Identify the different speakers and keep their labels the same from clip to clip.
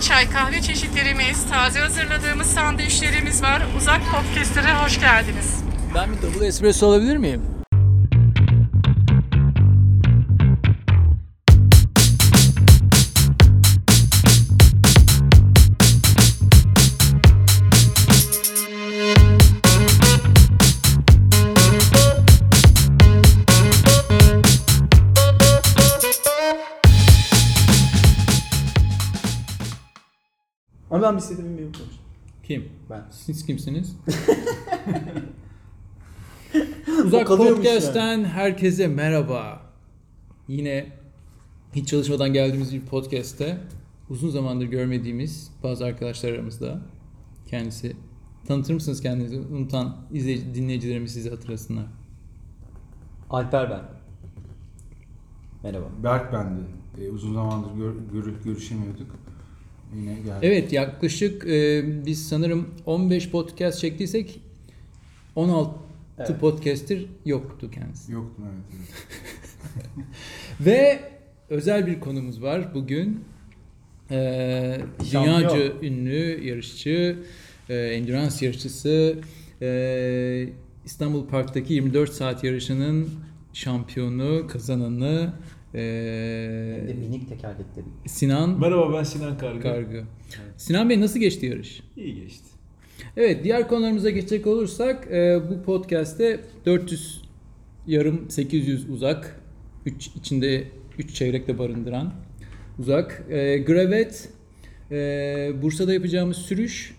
Speaker 1: çay kahve çeşitlerimiz, taze hazırladığımız sandviçlerimiz var. Uzak Podcast'lere hoş geldiniz.
Speaker 2: Ben bir double espresso alabilir miyim?
Speaker 3: Ama ben bir şey istediğimi yapıyorum.
Speaker 2: Kim?
Speaker 3: Ben.
Speaker 2: Siz kimsiniz?
Speaker 3: O
Speaker 2: Uzak
Speaker 3: kalıyormuş
Speaker 2: Podcast'ten herkese merhaba. Yine hiç çalışmadan geldiğimiz bir podcast'te uzun zamandır görmediğimiz bazı arkadaşlar aramızda. Kendisi tanıtır mısınız kendinizi? Unutan izleyici, dinleyicilerimiz sizi hatırlasınlar.
Speaker 3: Alper ben. Merhaba.
Speaker 4: Berk bendi. Ee, uzun zamandır gör- görü- görüşemiyorduk. Yine geldi.
Speaker 2: Evet yaklaşık e, biz sanırım 15 podcast çektiysek 16
Speaker 3: Evet. Ee,
Speaker 2: podcast'tir yoktu kendisi.
Speaker 4: Yoktu evet. evet.
Speaker 2: Ve özel bir konumuz var bugün. Ee,
Speaker 3: Şampiyon.
Speaker 2: dünyaca ünlü yarışçı, e, endurance yarışçısı, e, İstanbul Park'taki 24 saat yarışının şampiyonu, kazananı
Speaker 3: Hem de
Speaker 2: e,
Speaker 3: minik tekerlekleri.
Speaker 2: Sinan
Speaker 5: Merhaba ben Sinan Kargı.
Speaker 2: Kargı. Sinan Bey nasıl geçti yarış?
Speaker 5: İyi geçti.
Speaker 2: Evet diğer konularımıza geçecek olursak e, bu podcast'te 400 yarım 800 uzak 3 içinde 3 çeyrek de barındıran uzak e, gravet e, Bursa'da yapacağımız sürüş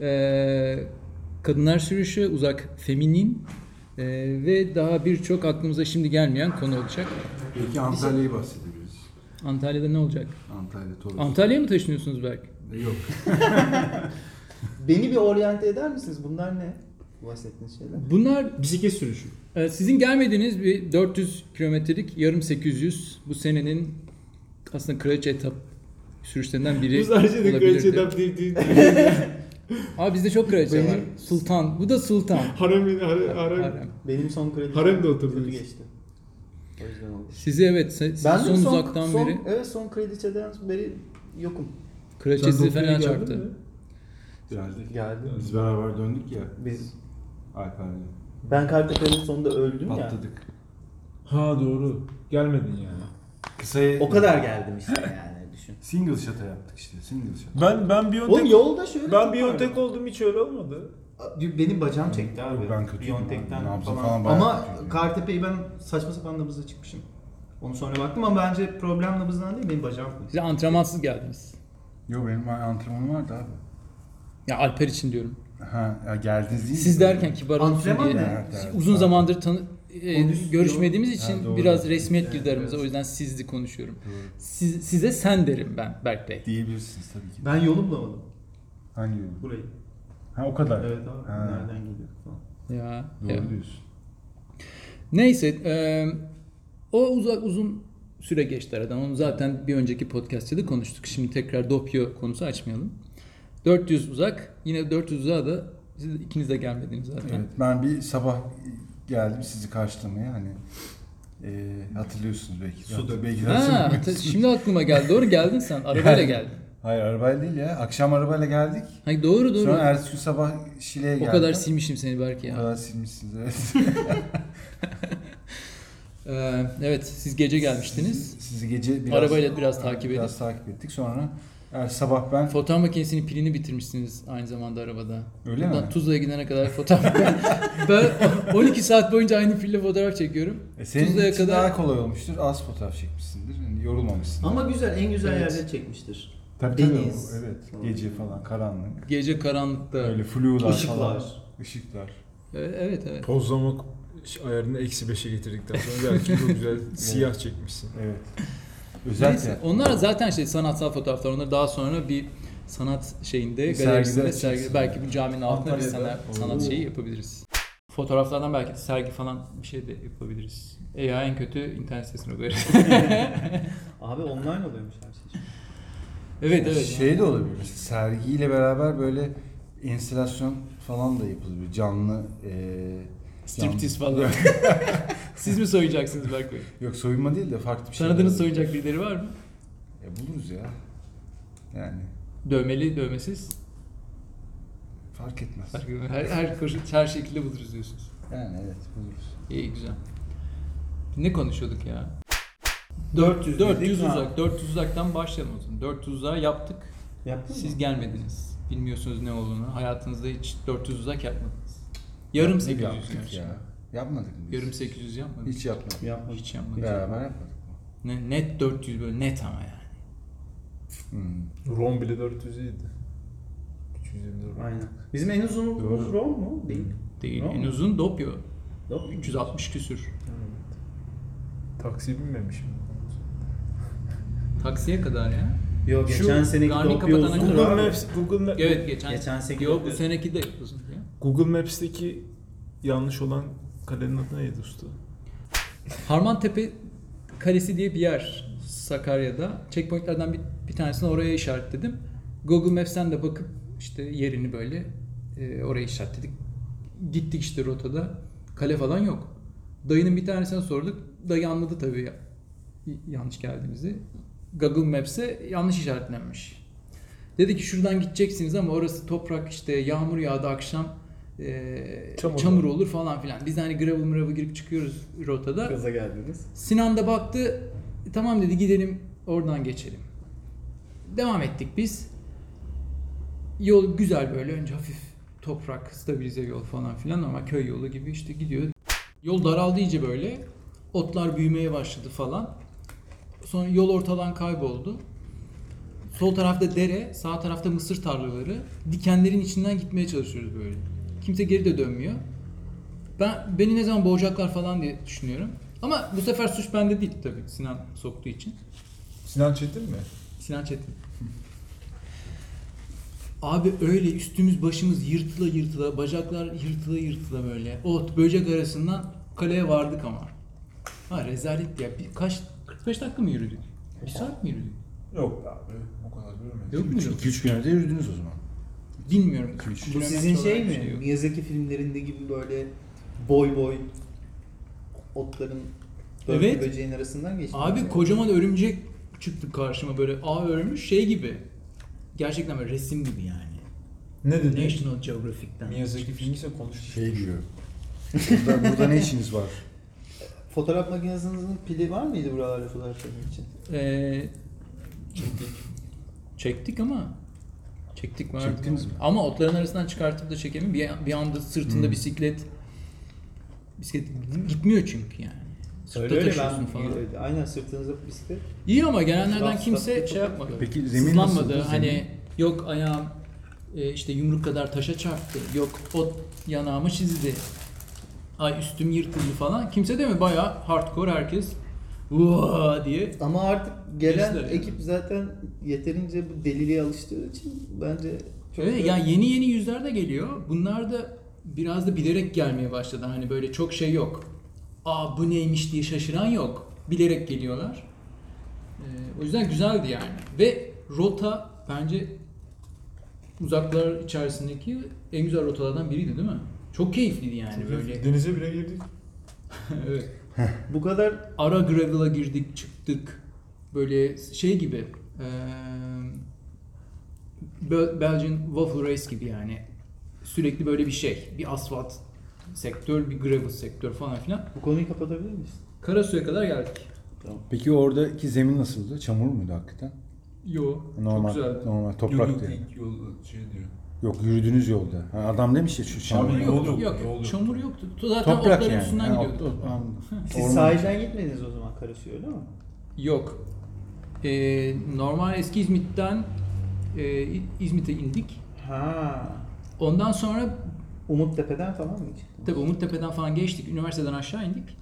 Speaker 2: e, kadınlar sürüşü uzak feminin e, ve daha birçok aklımıza şimdi gelmeyen konu olacak.
Speaker 4: Peki Antalya'yı bahsedebiliriz.
Speaker 2: Antalya'da ne olacak?
Speaker 4: Antalya Toros.
Speaker 2: Antalya'ya mı taşınıyorsunuz Berk?
Speaker 4: Ee, Yok.
Speaker 3: Beni bir oryante eder misiniz? Bunlar ne? Bu bahsettiğiniz şeyler.
Speaker 2: Bunlar
Speaker 5: Bisiklet sürüşü.
Speaker 2: Ee, Sizin gelmediğiniz bir 400 kilometrelik yarım 800 bu senenin aslında kraliçe etap sürüşlerinden biri
Speaker 5: Bu sadece de
Speaker 2: olabilirdi.
Speaker 5: kraliçeden bir değil.
Speaker 2: Aa bizde çok kraliçe
Speaker 3: Benim-
Speaker 2: var. Sultan. Bu da sultan.
Speaker 5: Harem, harem, harem.
Speaker 2: Harem.
Speaker 3: Benim son kredi.
Speaker 5: Harem de
Speaker 3: Kötü
Speaker 5: oturdu.
Speaker 3: geçti. O yüzden oldu.
Speaker 2: Sizi evet se- siz
Speaker 3: Ben de
Speaker 2: son, uzaktan
Speaker 3: son,
Speaker 2: beri
Speaker 3: Evet son krediçeden beri yokum.
Speaker 2: kraliçe sizi
Speaker 5: Sen doktora
Speaker 2: fena
Speaker 5: geldin
Speaker 2: çarptı.
Speaker 5: mi?
Speaker 4: Biraz da-
Speaker 3: Geldi.
Speaker 4: Biz beraber döndük ya
Speaker 3: Biz.
Speaker 4: Alper'le.
Speaker 3: Ben Kartepe'nin sonunda öldüm ya.
Speaker 4: Patladık.
Speaker 5: Ha doğru. Gelmedin yani.
Speaker 4: Kısaya...
Speaker 3: O kadar geldim işte yani düşün.
Speaker 4: Single shot'a yaptık işte. Single shot.
Speaker 5: Ben ben bir
Speaker 3: Oğlum
Speaker 5: yöntek
Speaker 3: yolda şöyle. şey
Speaker 5: ben bir yöntek oldum hiç öyle olmadı.
Speaker 3: Benim bacağım çekti abi.
Speaker 4: Yok, ben kötüyüm
Speaker 3: Biontech'ten
Speaker 4: abi. Nabzım
Speaker 3: falan.
Speaker 4: falan bayağı
Speaker 3: ama
Speaker 4: kötüydü.
Speaker 3: Kartepe'yi ben saçma sapan nabızla çıkmışım. Onu sonra baktım ama bence problem nabızdan değil benim bacağım.
Speaker 2: Siz antrenmansız geldiniz.
Speaker 4: Yok benim antrenmanım vardı abi.
Speaker 2: Ya Alper için diyorum.
Speaker 4: Ha, ya geldiniz değil mi?
Speaker 2: Siz derken kibar olsun
Speaker 3: Antrenman
Speaker 2: diye
Speaker 3: ne?
Speaker 4: Evet, evet,
Speaker 2: uzun
Speaker 4: pardon.
Speaker 2: zamandır tanı e,
Speaker 3: Kondisyon.
Speaker 2: görüşmediğimiz
Speaker 4: Ha,
Speaker 2: için
Speaker 4: doğru.
Speaker 2: biraz resmiyet girdi
Speaker 3: Evet,
Speaker 2: aramıza.
Speaker 3: evet.
Speaker 2: O yüzden sizli konuşuyorum.
Speaker 4: Doğru.
Speaker 2: Siz, size sen derim ben Berk Bey.
Speaker 4: Diyebilirsiniz tabii ki.
Speaker 3: Ben yolu bulamadım
Speaker 4: Hangi yolu?
Speaker 3: burayı.
Speaker 4: Ha o kadar.
Speaker 3: Evet abi
Speaker 4: Ha.
Speaker 3: nereden geliyor falan.
Speaker 2: Ya.
Speaker 4: Doğru
Speaker 2: evet.
Speaker 4: diyorsun.
Speaker 2: Neyse e, o uzak uzun süre geçti aradan. Onu zaten bir önceki podcast'te de konuştuk. Şimdi tekrar dopyo konusu açmayalım. 400 uzak. Yine 400 uzağa da siz ikiniz de gelmediniz zaten.
Speaker 4: Evet, ben bir sabah geldim sizi karşılamaya hani e, hatırlıyorsunuz belki.
Speaker 3: Suda.
Speaker 4: belki
Speaker 2: Ha,
Speaker 4: hatırlamıyorsunuz.
Speaker 2: hatta şimdi aklıma geldi. Doğru geldin sen. Arabayla
Speaker 4: Yani.
Speaker 2: geldin.
Speaker 4: Hayır arabayla değil ya. Akşam arabayla geldik.
Speaker 2: Hayır doğru doğru.
Speaker 4: Sonra ertesi gün sabah Şile'ye
Speaker 2: o
Speaker 4: geldim.
Speaker 2: kadar silmişim seni belki
Speaker 4: O
Speaker 2: ya.
Speaker 4: kadar silmişsiniz evet.
Speaker 2: Ee, evet siz gece gelmiştiniz.
Speaker 4: Sizi, sizi gece biraz
Speaker 2: Arabayla biraz takip
Speaker 4: Biraz takip ettik. Sonra er, sabah ben
Speaker 2: Fotoğraf makinesinin pilini bitirmişsiniz aynı zamanda arabada.
Speaker 4: Öyle
Speaker 2: Buradan
Speaker 4: mi?
Speaker 2: Tuzla'ya gidene kadar fotoğraf. ben 12 saat boyunca aynı pille fotoğraf çekiyorum.
Speaker 4: e, senin
Speaker 2: Tuzla'ya
Speaker 4: için
Speaker 2: kadar-
Speaker 4: daha kolay olmuştur. Az fotoğraf çekmişsindir. Yani yorulmamışsındır.
Speaker 3: Ama güzel en güzel
Speaker 2: Evet.
Speaker 3: yerde çekmiştir.
Speaker 4: tabii, tabii,
Speaker 3: deniz.
Speaker 4: o- evet. Gece falan karanlık.
Speaker 2: Gece karanlıkta.
Speaker 4: Böyle flular falan.
Speaker 3: Işıklar.
Speaker 4: Işıklar.
Speaker 2: E, Evet evet.
Speaker 5: Pozlamak ayarını eksi beşe getirdikten sonra belki çok güzel siyah çekmişsin.
Speaker 4: Evet.
Speaker 2: Neyse,
Speaker 4: Özellikle.
Speaker 2: onlar zaten şey sanatsal fotoğraflar. Onları daha sonra bir sanat şeyinde
Speaker 4: Bir
Speaker 2: galerisinde
Speaker 4: sergide
Speaker 2: sergi
Speaker 4: açacaksın.
Speaker 2: belki bir caminin altında bir sanat,
Speaker 4: Antalya'da.
Speaker 2: sanat
Speaker 4: Oo.
Speaker 2: şeyi yapabiliriz. Fotoğraflardan belki de sergi falan bir şey de yapabiliriz. E ya en kötü internet sitesine koyarız.
Speaker 3: Abi online oluyormuş her şey.
Speaker 2: evet evet.
Speaker 4: Şey de olabilir. Mesela sergiyle beraber böyle enstalasyon falan da yapılabilir. Canlı e, eee
Speaker 2: Striptiz falan. Siz mi soyacaksınız Berk Bey?
Speaker 4: Yok soyunma değil de farklı bir şey.
Speaker 2: Tanıdığınız
Speaker 4: olabilir.
Speaker 2: soyunacak birileri var mı?
Speaker 4: E, buluruz ya. Yani
Speaker 2: Dövmeli, dövmesiz.
Speaker 4: fark etmez.
Speaker 2: Fark etmez. Her, her, koşu- her şekilde buluruz diyorsunuz.
Speaker 4: Yani evet buluruz.
Speaker 2: İyi güzel. Ne konuşuyorduk ya?
Speaker 3: 400
Speaker 2: 400
Speaker 3: dedik, ha.
Speaker 2: uzak. 400 uzaktan başlayalım o zaman. 400 uzağı yaptık.
Speaker 3: Yaptın
Speaker 2: Siz
Speaker 3: mı?
Speaker 2: gelmediniz. Bilmiyorsunuz ne olduğunu. Hayatınızda hiç 400 uzak yapmadınız. Yarım 800
Speaker 4: yaptık
Speaker 2: gerçi.
Speaker 4: ya. Yapmadık mı? biz?
Speaker 2: Yarım 800 yapmadınız.
Speaker 4: Hiç yapmadık.
Speaker 3: Yapmadım.
Speaker 2: Hiç yapmadınız.
Speaker 4: Beraber yapmadık mı?
Speaker 2: Ne, net 400 böyle net ama yani.
Speaker 4: Hmm.
Speaker 5: Rom bile 400 idi. 324.
Speaker 3: Aynen. Bizim en uzunluğumuz
Speaker 4: Doğru.
Speaker 3: Rom mu? Değil.
Speaker 2: Değil.
Speaker 3: Tamam.
Speaker 2: En uzun Dopyo.
Speaker 3: Yok.
Speaker 2: 360 küsür.
Speaker 5: Taksi binmemişim.
Speaker 2: Taksiye kadar ya.
Speaker 3: Yok
Speaker 2: Şu
Speaker 3: geçen seneki
Speaker 2: Garni
Speaker 3: Dopyo
Speaker 2: kapatana
Speaker 3: uzundu
Speaker 2: kadar.
Speaker 3: abi.
Speaker 5: Google Maps, Google Maps.
Speaker 2: Evet geçen.
Speaker 3: Geçen seneki
Speaker 2: Yok bu
Speaker 3: Dopyo.
Speaker 2: seneki de uzun ya.
Speaker 5: Google Maps'teki yanlış olan kalenin adı neydi usta?
Speaker 2: Harmantepe Kalesi diye bir yer Sakarya'da. Checkpointlerden bir, bir tanesini oraya işaretledim. Google Maps'ten de bakıp işte yerini böyle e, oraya işaretledik. Gittik işte rotada. Kale falan yok. Dayının bir tanesine sorduk. Dayı anladı tabii ya- yanlış geldiğimizi. Google Maps'e yanlış işaretlenmiş. Dedi ki şuradan gideceksiniz ama orası toprak işte yağmur yağdı akşam e,
Speaker 5: Çamur.
Speaker 2: çamur olur falan filan. Biz de hani gravel mravel girip çıkıyoruz rotada.
Speaker 3: Gaza geldiniz.
Speaker 2: Sinan da baktı. "E, Tamam dedi gidelim oradan geçelim. Devam ettik biz. Yol güzel böyle önce hafif toprak, stabilize yol falan filan ama köy yolu gibi işte gidiyor. Yol daraldı iyice böyle. Otlar büyümeye başladı falan. Sonra yol ortadan kayboldu. Sol tarafta dere, sağ tarafta mısır tarlaları. Dikenlerin içinden gitmeye çalışıyoruz böyle. Kimse geri de dönmüyor. Ben beni ne zaman boğacaklar falan diye düşünüyorum. Ama bu sefer suç bende değil tabii Sinan soktuğu için.
Speaker 5: Sinan Çetin mi?
Speaker 2: Sinan Çetin. Abi öyle üstümüz başımız yırtıla yırtıla, bacaklar yırtıla yırtıla böyle. Ot, böcek arasından kaleye vardık ama. Ha rezalet ya. Bir, kaç, 45 dakika mı yürüdük? Bir saat mi yürüdük?
Speaker 5: Yok abi. O kadar görmedim.
Speaker 2: Yok mu yürüdük?
Speaker 4: 2-3 günde yürüdünüz o zaman.
Speaker 2: Bilmiyorum.
Speaker 3: Bu
Speaker 2: Kilometre
Speaker 3: sizin şey
Speaker 2: olarak bir
Speaker 3: mi?
Speaker 2: yok.
Speaker 3: Miyazaki filmlerinde gibi böyle boy boy otların börtü
Speaker 2: Evet.
Speaker 3: böceğin arasından geçti.
Speaker 2: Abi kocaman örümcek çıktı karşıma böyle ağ örmüş şey gibi. Gerçekten böyle resim gibi yani.
Speaker 5: Ne dedi?
Speaker 2: National Geographic'ten.
Speaker 5: Miyazaki filmi ise konuşmuş.
Speaker 4: Şey diyor. burada, burada ne işiniz var?
Speaker 3: Fotoğraf makinesinin pili var mıydı buralarda fotoğraf çekmek için?
Speaker 2: Ee, çektik. Çektik ama çektik vardı.
Speaker 4: Çektiniz mi?
Speaker 2: Ama otların arasından çıkartıp da çekemiyorum. Bir, bir anda sırtında
Speaker 4: Hmm.
Speaker 2: bisiklet bisiklet gitmiyor çünkü yani. Sırtta taşıyorsun falan.
Speaker 3: Öyle, aynen sırtınızda bisiklet.
Speaker 2: İyi ama gelenlerden
Speaker 3: Rafta-
Speaker 2: kimse şey yapmadı.
Speaker 4: Peki zemin
Speaker 2: Sızlanmadı.
Speaker 4: nasıldı?
Speaker 2: Hani
Speaker 4: Zemin?
Speaker 2: yok ayağım e, işte yumruk kadar taşa çarptı. Yok ot yanağımı çizdi. Ay üstüm yırtıldı falan. Kimse demiyor. Bayağı hardcore herkes Vaa diye.
Speaker 3: Ama artık gelen
Speaker 2: Bizler yani.
Speaker 3: ekip zaten yeterince bu deliliğe alıştığı için bence çok
Speaker 2: Evet,
Speaker 3: da-
Speaker 2: yani yeni yeni yüzler de geliyor. Bunlar da biraz da bilerek gelmeye başladı. Hani böyle çok şey yok. Aa bu neymiş diye şaşıran yok. Bilerek geliyorlar. Ee, o yüzden güzeldi yani. Ve rota bence uzaklar içerisindeki en güzel rotalardan biriydi değil mi? Çok keyifliydi yani böyle.
Speaker 5: Denize bile girdik.
Speaker 2: evet.
Speaker 3: bu kadar
Speaker 2: Ara gravel'a girdik çıktık. Böyle şey gibi. eee, Bel- Belgian Waffle Race gibi yani. Sürekli böyle bir şey. Bir asfalt sektör, bir gravel sektör falan filan.
Speaker 3: bu konuyu kapatabilir miyiz?
Speaker 2: Karasu'ya kadar geldik.
Speaker 4: Peki oradaki zemin nasıldı? Çamur muydu hakikaten?
Speaker 2: Yo,
Speaker 4: Normal,
Speaker 2: çok güzeldi.
Speaker 4: normal toprak diye.
Speaker 5: Yol şey diyor.
Speaker 4: Yok yürüdüğünüz yolda. Ha, adam demiş ya şu çamur.
Speaker 5: Abi,
Speaker 2: Yol yok,
Speaker 5: Yol yok,
Speaker 2: yok,
Speaker 5: yol yok.
Speaker 2: çamur yoktu. Zaten
Speaker 4: Toprak
Speaker 2: otların
Speaker 4: yani.
Speaker 2: üstünden
Speaker 4: Ha,
Speaker 2: gidiyorduk.
Speaker 4: ot- ot- anladım.
Speaker 3: Siz
Speaker 4: Orman.
Speaker 3: sahilden gitmediniz o zaman Karasu'ya öyle mi?
Speaker 2: Yok. Ee, normal eski İzmit'ten e, İzmit'e indik.
Speaker 3: Ha.
Speaker 2: Ondan sonra
Speaker 3: Umuttepe'den falan mı çıktınız?
Speaker 2: Tabii Umuttepe'den falan geçtik. Üniversiteden aşağı indik.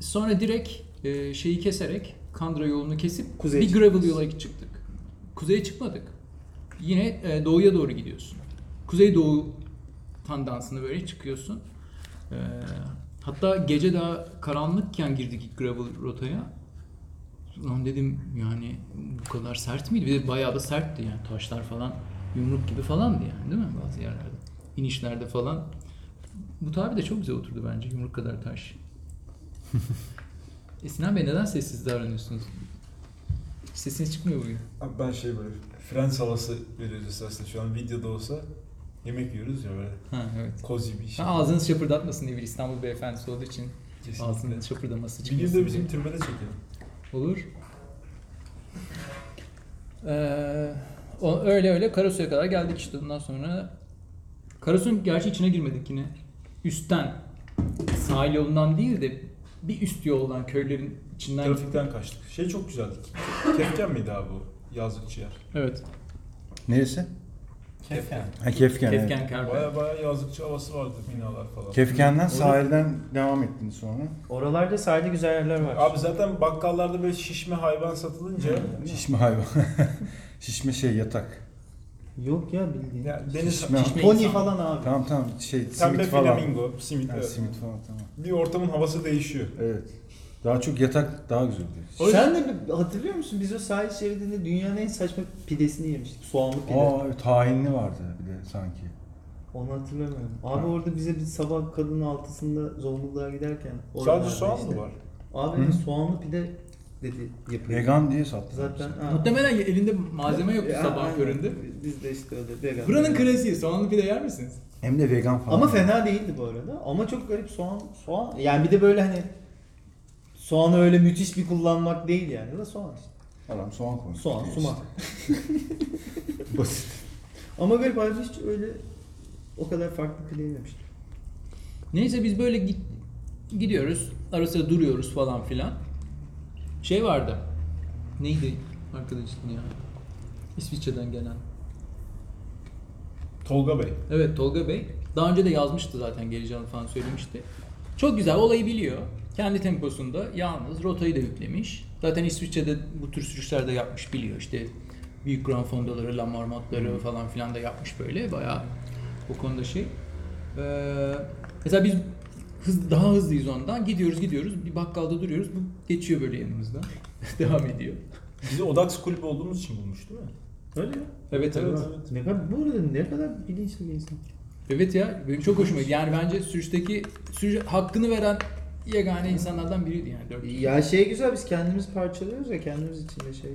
Speaker 2: Sonra direkt e, şeyi keserek, Kandıra yolunu kesip
Speaker 3: Kuzeye
Speaker 2: bir gravel yola çıktık. Kuzeye çıkmadık. Yine e, doğuya doğru gidiyorsun. Kuzey doğu tandansını böyle çıkıyorsun. E, hatta gece daha karanlıkken girdik ilk gravel rotaya. Lan dedim yani bu kadar sert miydi? Bir de bayağı da sertti yani taşlar falan yumruk gibi falandı yani değil mi bazı yerlerde? İnişlerde falan. Bu tabi de çok güzel oturdu bence yumruk kadar taş. e Sinan Bey neden sessiz davranıyorsunuz? Sesiniz çıkmıyor bugün.
Speaker 5: Abi ben şey böyle Frens havası veriyoruz aslında şu an videoda olsa yemek yiyoruz ya böyle
Speaker 2: Ha evet.
Speaker 5: cozy bir şey.
Speaker 2: Ha, ağzınız şapırdatmasın diye bir İstanbul beyefendisi olduğu için
Speaker 5: Kesinlikle.
Speaker 2: ağzının şapırdaması
Speaker 5: Bir gün
Speaker 2: çıkmasın
Speaker 5: de
Speaker 2: diye.
Speaker 5: bizim türbede çekelim.
Speaker 2: Olur. Ee, o, öyle öyle Karasu'ya kadar geldik işte ondan sonra. Karasu'nun gerçi içine girmedik yine. Üstten, sahil yolundan değil de bir üst yoldan köylerin içinden.
Speaker 5: Trafikten kaçtık. Şey çok güzeldi. Kefken miydi abi o? Yazlık ciğer.
Speaker 2: Evet.
Speaker 4: Neresi?
Speaker 5: Kefken.
Speaker 4: Ha Kefken. evet.
Speaker 2: Kefken Kerbe.
Speaker 5: Baya baya yazlıkçı havası vardı binalar falan.
Speaker 4: Kefken'den sahilden devam ettin sonra.
Speaker 3: Oralarda sahilde güzel yerler var.
Speaker 5: Abi zaten bakkallarda böyle şişme hayvan satılınca
Speaker 4: Şişme hayvan. Şişme şey yatak.
Speaker 3: Yok ya bildiğin.
Speaker 5: ya deniz
Speaker 4: Şişme.
Speaker 5: şişme-
Speaker 3: Pony
Speaker 2: insan.
Speaker 3: falan abi.
Speaker 4: Tamam tamam şey
Speaker 5: Pembe
Speaker 4: simit falan.
Speaker 5: flamingo, simit,
Speaker 4: Ha,
Speaker 5: evet.
Speaker 4: simit falan tamam.
Speaker 5: Bir ortamın havası değişiyor.
Speaker 4: Evet. Daha çok yatak daha güzel oluyor.
Speaker 5: O yüzden-
Speaker 3: Sen de bir- hatırlıyor musun biz o sahil şeridinde dünyanın en saçma pidesini yemiştik. Soğanlı pide.
Speaker 4: Aa evet, tahinli vardı bir de sanki.
Speaker 3: Onu hatırlamıyorum. Abi
Speaker 4: Ha.
Speaker 3: orada bize bir sabah kadının altısında Zonguldak'a giderken. oralarda
Speaker 5: Sadece soğan
Speaker 3: işte.
Speaker 5: mı var?
Speaker 3: Abi
Speaker 4: Hı.
Speaker 3: soğanlı pide dedi yapıyor.
Speaker 4: Vegan diye sattı.
Speaker 3: Zaten. ha.
Speaker 2: Muhtemelen elinde malzeme yoktu
Speaker 3: Ya,
Speaker 2: sabah
Speaker 3: aynen.
Speaker 2: köründe.
Speaker 3: Biz de işte öyle vegan.
Speaker 2: Buranın klasiği soğanlı pide yer misiniz?
Speaker 4: Hem de vegan falan.
Speaker 3: Ama fena değildi bu arada. Ama çok garip soğan, soğan. Yani bir de böyle hani soğanı öyle müthiş bir kullanmak değil yani. Ya da soğan işte.
Speaker 4: Adam soğan koymuş.
Speaker 3: Soğan,
Speaker 4: Diye
Speaker 3: sumak.
Speaker 4: işte. Basit.
Speaker 3: Ama garip abi hiç öyle o kadar farklı pide yememiştim.
Speaker 2: Neyse biz böyle git, gidiyoruz. Ara sıra duruyoruz falan filan. Şey vardı. Neydi arkadaşın ya? İsviçre'den gelen.
Speaker 5: Tolga Bey.
Speaker 2: Evet Tolga Bey. Daha önce de yazmıştı zaten geleceğini falan söylemişti. Çok güzel olayı biliyor. Kendi temposunda yalnız rotayı da yüklemiş. Zaten İsviçre'de bu tür sürüşler de yapmış biliyor. İşte büyük Grand Fondoları, La Marmotte'ları falan filan da yapmış böyle. Bayağı o konuda şey. Ee, mesela biz hız, daha hızlıyız ondan. Gidiyoruz gidiyoruz. Bir bakkalda duruyoruz. Bu geçiyor böyle yanımızdan. Devam ediyor.
Speaker 5: Bizi Odax kulübü olduğumuz için bulmuş değil mi?
Speaker 3: Öyle ya.
Speaker 2: Evet evet.
Speaker 3: Ne kadar, bu arada ne kadar bilinçli bir insan.
Speaker 2: Evet ya benim çok hoşuma gitti. Yani bence sürüşteki sürüş hakkını veren yegane insanlardan biriydi yani. Dört.
Speaker 3: Ya şey güzel biz kendimiz parçalıyoruz ya kendimiz için de şey.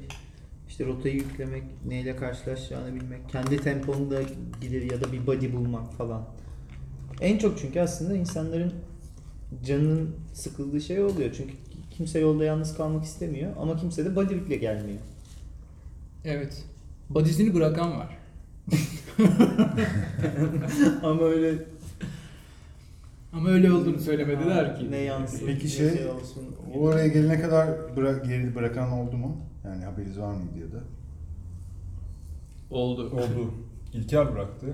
Speaker 3: İşte rotayı yüklemek, neyle karşılaşacağını bilmek, kendi temponda gider ya da bir body bulmak falan. En çok çünkü aslında insanların canının sıkıldığı şey oluyor. Çünkü kimse yolda yalnız kalmak istemiyor ama kimse de bodylikle gelmiyor.
Speaker 2: Evet. Badizini bırakan var.
Speaker 3: ama öyle
Speaker 2: Ama öyle olduğunu söylemediler ki.
Speaker 3: ne yansın,
Speaker 4: Peki
Speaker 3: ne
Speaker 4: şey,
Speaker 3: olsun.
Speaker 4: Oraya gelene kadar bırak, geri bırakan oldu mu? Yani haberiniz var mıydı ya da?
Speaker 2: Oldu.
Speaker 5: Oldu. İlker bıraktı.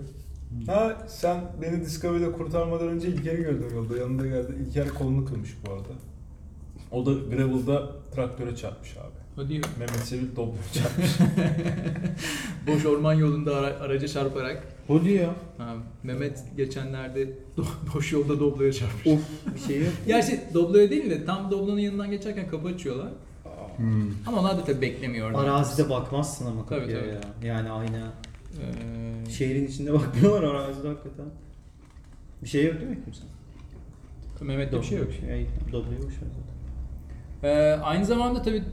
Speaker 5: Ha sen beni Discovery'de kurtarmadan önce İlker'i gördüm yolda. Yanında geldi. İlker kolunu kırmış bu arada. O da Gravel'da traktöre çarpmış abi.
Speaker 2: Hadi ya.
Speaker 5: Mehmet Sevil Doblo çarpmış.
Speaker 2: Boş orman yolunda ara- araca çarparak.
Speaker 3: Hoodie ya.
Speaker 2: Ha, Mehmet geçenlerde do- boş yolda Doblo'ya çarpmış.
Speaker 3: Of bir şey yok.
Speaker 2: Gerçi Doblo'ya değil de tam Doblo'nun yanından geçerken kapı açıyorlar.
Speaker 4: Hmm.
Speaker 2: Ama onlar da tabii beklemiyor orada.
Speaker 3: Arazide bakmazsın ama
Speaker 2: Tabii,
Speaker 3: kapıya
Speaker 2: tabii.
Speaker 3: ya. Yani ayna.
Speaker 2: Ee,
Speaker 3: Şehrin içinde bakmıyorlar arazide hakikaten. Bir şey yok değil mi kimse?
Speaker 2: Mehmet'te bir şey yok.
Speaker 3: Şey, Doblo'yu boş ver zaten.
Speaker 2: Ee, aynı zamanda tabii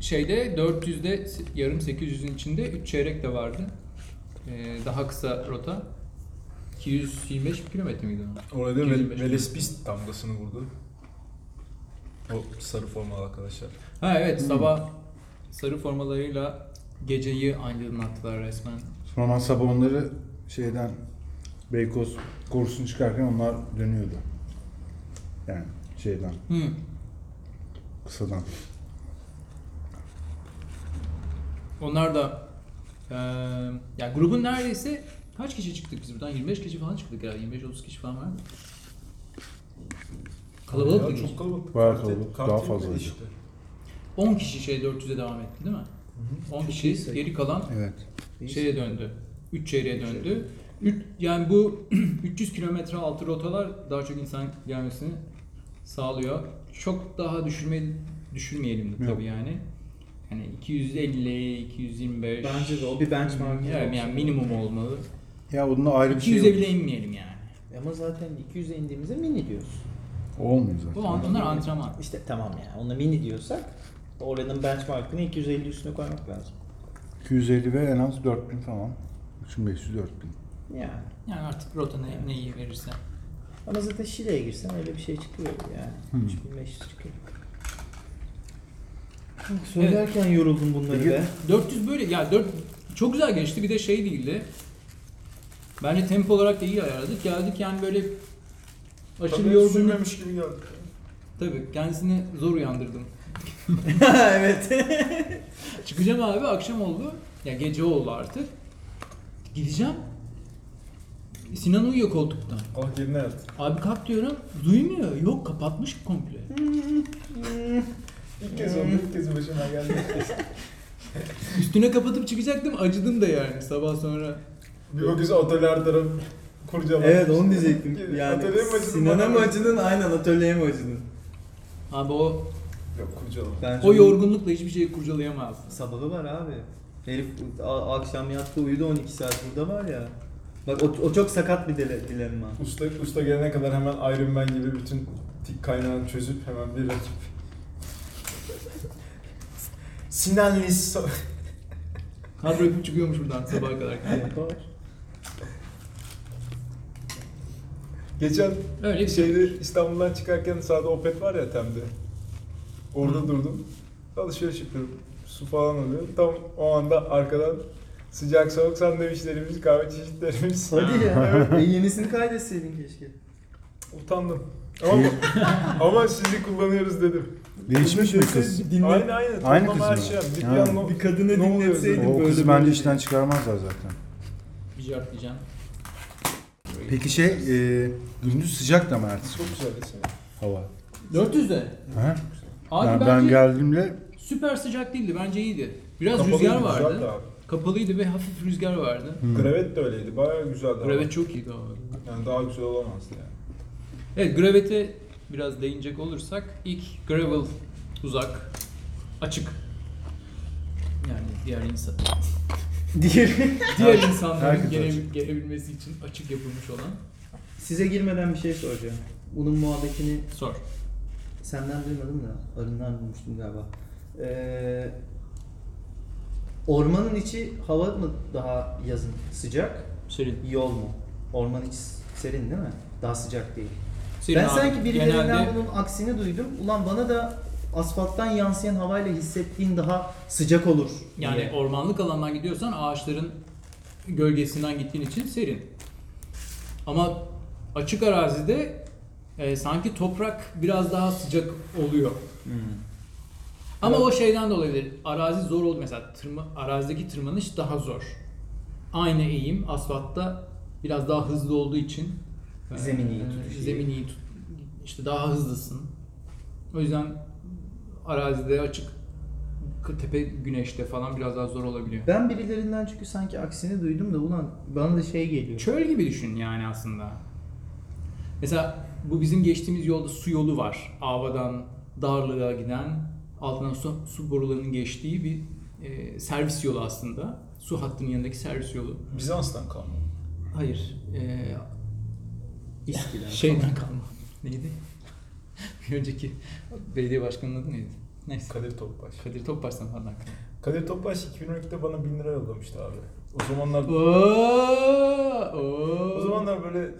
Speaker 2: şeyde 400'de yarım 800'ün içinde 3 çeyrek de vardı. Ee, daha kısa rota. 225 kilometre miydi o?
Speaker 5: Orada
Speaker 2: Gerilmiş.
Speaker 5: Velespist damgasını vurdu. O sarı formalı arkadaşlar.
Speaker 2: Ha evet
Speaker 5: Hmm.
Speaker 2: sabah sarı formalarıyla geceyi aydınlattılar resmen.
Speaker 4: Normal sabah onları şeyden Beykoz korusunu çıkarken onlar dönüyordu. Yani şeyden
Speaker 2: Hı.
Speaker 5: Hmm.
Speaker 4: kısadan.
Speaker 2: Onlar da eee yani grubun neredeyse kaç kişi çıktık biz buradan? 25 kişi falan çıktık herhalde. 25-30 kişi falan vardı. Kalabalık
Speaker 5: Ya,
Speaker 2: mı?
Speaker 5: Çok kalabalık.
Speaker 4: Bayağı
Speaker 5: Kartet-
Speaker 4: kalabalık, daha
Speaker 5: kartet de
Speaker 4: fazlaydı.
Speaker 5: işte.
Speaker 2: 10 kişi şey 400'e devam etti değil mi?
Speaker 5: Hı
Speaker 2: 10
Speaker 3: Çok
Speaker 2: kişi
Speaker 3: iyi sayı.
Speaker 2: geri kalan
Speaker 4: Evet.
Speaker 2: şeye döndü. 3 çeyreğe döndü. Üç, yani bu 300 kilometre altı rotalar daha çok insan gelmesini sağlıyor. Çok daha düşürme, düşürmeyelim de
Speaker 4: Yok.
Speaker 2: tabii yani. Yani 250, 225.
Speaker 3: Bence de o bir benchmark.
Speaker 2: Hmm, Yani, yani minimum olmalı.
Speaker 4: Ya bunun da ayrı bir
Speaker 2: 200'e
Speaker 4: şey yok.
Speaker 2: bile inmeyelim yani.
Speaker 3: Ama zaten 200'e indiğimizde mini diyoruz.
Speaker 4: Olmuyor zaten.
Speaker 2: Bu an- onlar antrenman.
Speaker 3: İşte tamam yani. Ona mini diyorsak oranın benchmarkını 250 üstüne koymak lazım.
Speaker 4: 250 ve en az 4000 falan. 3500-4000.
Speaker 3: Yani.
Speaker 6: Yani artık rota ne, ne iyi verirse.
Speaker 3: Ama zaten Şile'ye girsen öyle bir şey çıkıyor yani.
Speaker 4: Hmm.
Speaker 3: 3500 çıkıyor. Söylerken yoruldum bunları be.
Speaker 2: 400 böyle ya 4 çok güzel geçti bir de şey değildi. Bence tempo olarak da iyi ayarladık. Geldik yani böyle aşırı
Speaker 5: Tabii
Speaker 2: yorgunum.
Speaker 5: sürmemiş gibi geldi.
Speaker 2: Tabii kendisini zor uyandırdım.
Speaker 3: evet.
Speaker 2: Çıkacağım abi akşam oldu. Ya gece oldu artık. Gideceğim. Sinan uyuyor koltuktan.
Speaker 5: Allah yerine yattı.
Speaker 2: Abi kalk diyorum. Duymuyor. Yok kapatmış komple.
Speaker 5: İlk kez oldu, ilk kez başıma geldi.
Speaker 2: Üstüne kapatıp çıkacaktım. Acıdım da yani sabah sonra.
Speaker 5: Bir bakıyorsun atölye her taraf kurcalamış.
Speaker 3: evet onu diyecektim. Yani
Speaker 5: Atölyeye mi acıdın, bana
Speaker 3: Sinan'a mı acıdın aynen atölyeye mi acıdın?
Speaker 2: Abi o
Speaker 5: Yok kurcalama.
Speaker 3: Bence
Speaker 2: o yorgunlukla hiçbir şeyi kurcalayamaz.
Speaker 3: Sabahı var abi. Herif a- akşam yattı uyudu 12 saat burada var ya. Bak o, o çok sakat bir dile- dilemma.
Speaker 5: Usta, usta gelene kadar hemen Iron Man gibi bütün tik kaynağını çözüp hemen bir rakip. Sinan Lis.
Speaker 2: Kadro yapıp çıkıyormuş buradan sabaha kadar.
Speaker 5: Geçen
Speaker 2: Öyle bir şey.
Speaker 5: şeyde İstanbul'dan çıkarken sağda Opet var ya Tem'de. Orada durdum. Alışveriş yapıyorum. Su falan alıyorum. Tam o anda arkadan sıcak soğuk sandviçlerimiz, kahve çeşitlerimiz.
Speaker 3: Hadi ya. e, yenisini kaydetseydin keşke. Şey-
Speaker 5: Utandım. Ama, ama sizi kullanıyoruz dedim.
Speaker 4: Değişmiş mi kız?
Speaker 3: Dinle- Dinle.
Speaker 5: Aynı aynı.
Speaker 4: Aynı
Speaker 5: Toplama
Speaker 4: kız mı?
Speaker 5: her şey. Bir
Speaker 4: Ha.
Speaker 5: piyango-
Speaker 3: Bir kadını
Speaker 5: Ne oluyor?
Speaker 3: dinletseydim
Speaker 4: O
Speaker 3: böyle.
Speaker 4: kızı
Speaker 3: böyle
Speaker 4: bence
Speaker 3: şey.
Speaker 4: işten çıkarmazlar zaten.
Speaker 2: Bir cevap diyeceğim.
Speaker 4: Peki şey, e, gündüz sıcak da mı ertesi
Speaker 5: Çok güzel şey. resim.
Speaker 2: şey.
Speaker 4: hava?
Speaker 2: 400 de.
Speaker 4: Ha?
Speaker 2: Abi
Speaker 4: Ben,
Speaker 2: bence
Speaker 4: ben geldiğimde
Speaker 2: süper sıcak değildi. Bence iyiydi. Biraz
Speaker 5: Kapalıydı,
Speaker 2: rüzgar
Speaker 5: güzeldi
Speaker 2: vardı.
Speaker 5: abi.
Speaker 2: Kapalıydı ve hafif rüzgar vardı.
Speaker 4: Hı.
Speaker 5: Gravet de öyleydi. Bayağı güzeldi. abi.
Speaker 2: Gravet çok iyiydi abi.
Speaker 5: Yani daha güzel olamazdı yani.
Speaker 2: Evet Gravet'e biraz değinecek olursak ilk Gravel uzak, açık. Yani diğer insan
Speaker 3: Diğer-
Speaker 2: diğer insanların
Speaker 4: herkes
Speaker 2: gele, gelebilmesi için açık yapılmış olan
Speaker 3: Size girmeden bir şey soracağım. Bunun muhabbetini
Speaker 2: sor.
Speaker 3: senden duymadım da arından duymuştum galiba. Ee, ormanın içi hava mı daha yazın sıcak,
Speaker 2: Serin.
Speaker 3: yol mu? Orman içi serin değil mi? Daha sıcak değil.
Speaker 2: Serin
Speaker 3: ben
Speaker 2: abi.
Speaker 3: sanki birilerinden
Speaker 2: Genelde-
Speaker 3: bunun aksini duydum. Ulan bana da asfalttan yansıyan havayla hissettiğin daha sıcak olur.
Speaker 2: Yani
Speaker 3: diye.
Speaker 2: ormanlık alandan gidiyorsan ağaçların gölgesinden gittiğin için serin. Ama açık arazide e, sanki toprak biraz daha sıcak oluyor.
Speaker 3: Hmm.
Speaker 2: Ama o şeyden de olabilir. Arazi zor oldu mesela. Tırma, arazideki tırmanış daha zor. Aynı eğim asfaltta biraz daha hızlı olduğu için e,
Speaker 3: Zemin iyi tutuyor.
Speaker 2: zemin iyi tut- işte daha hızlısın. O yüzden arazide açık k- tepe güneşte falan biraz daha zor olabiliyor.
Speaker 3: Ben birilerinden çünkü sanki aksini duydum da ulan bana da şey geliyor.
Speaker 2: Çöl gibi düşün yani aslında. Mesela bu bizim geçtiğimiz yolda su yolu var. Avadan Darlı'ya giden altından su, su borularının geçtiği bir e, servis yolu aslında. Su hattının yanındaki servis yolu.
Speaker 5: Bizans'tan kalma.
Speaker 2: Hayır. E,
Speaker 3: İskiden.
Speaker 2: şeyden kalma. Neydi? bir önceki belediye başkanının adı neydi? Neyse.
Speaker 5: Kadir Topbaş.
Speaker 2: Kadir Topbaş'tan falan kalma.
Speaker 5: Kadir Topbaş 2012'de bana 1000 lira yollamıştı abi. O zamanlar
Speaker 2: Oo, oo.
Speaker 5: o zamanlar böyle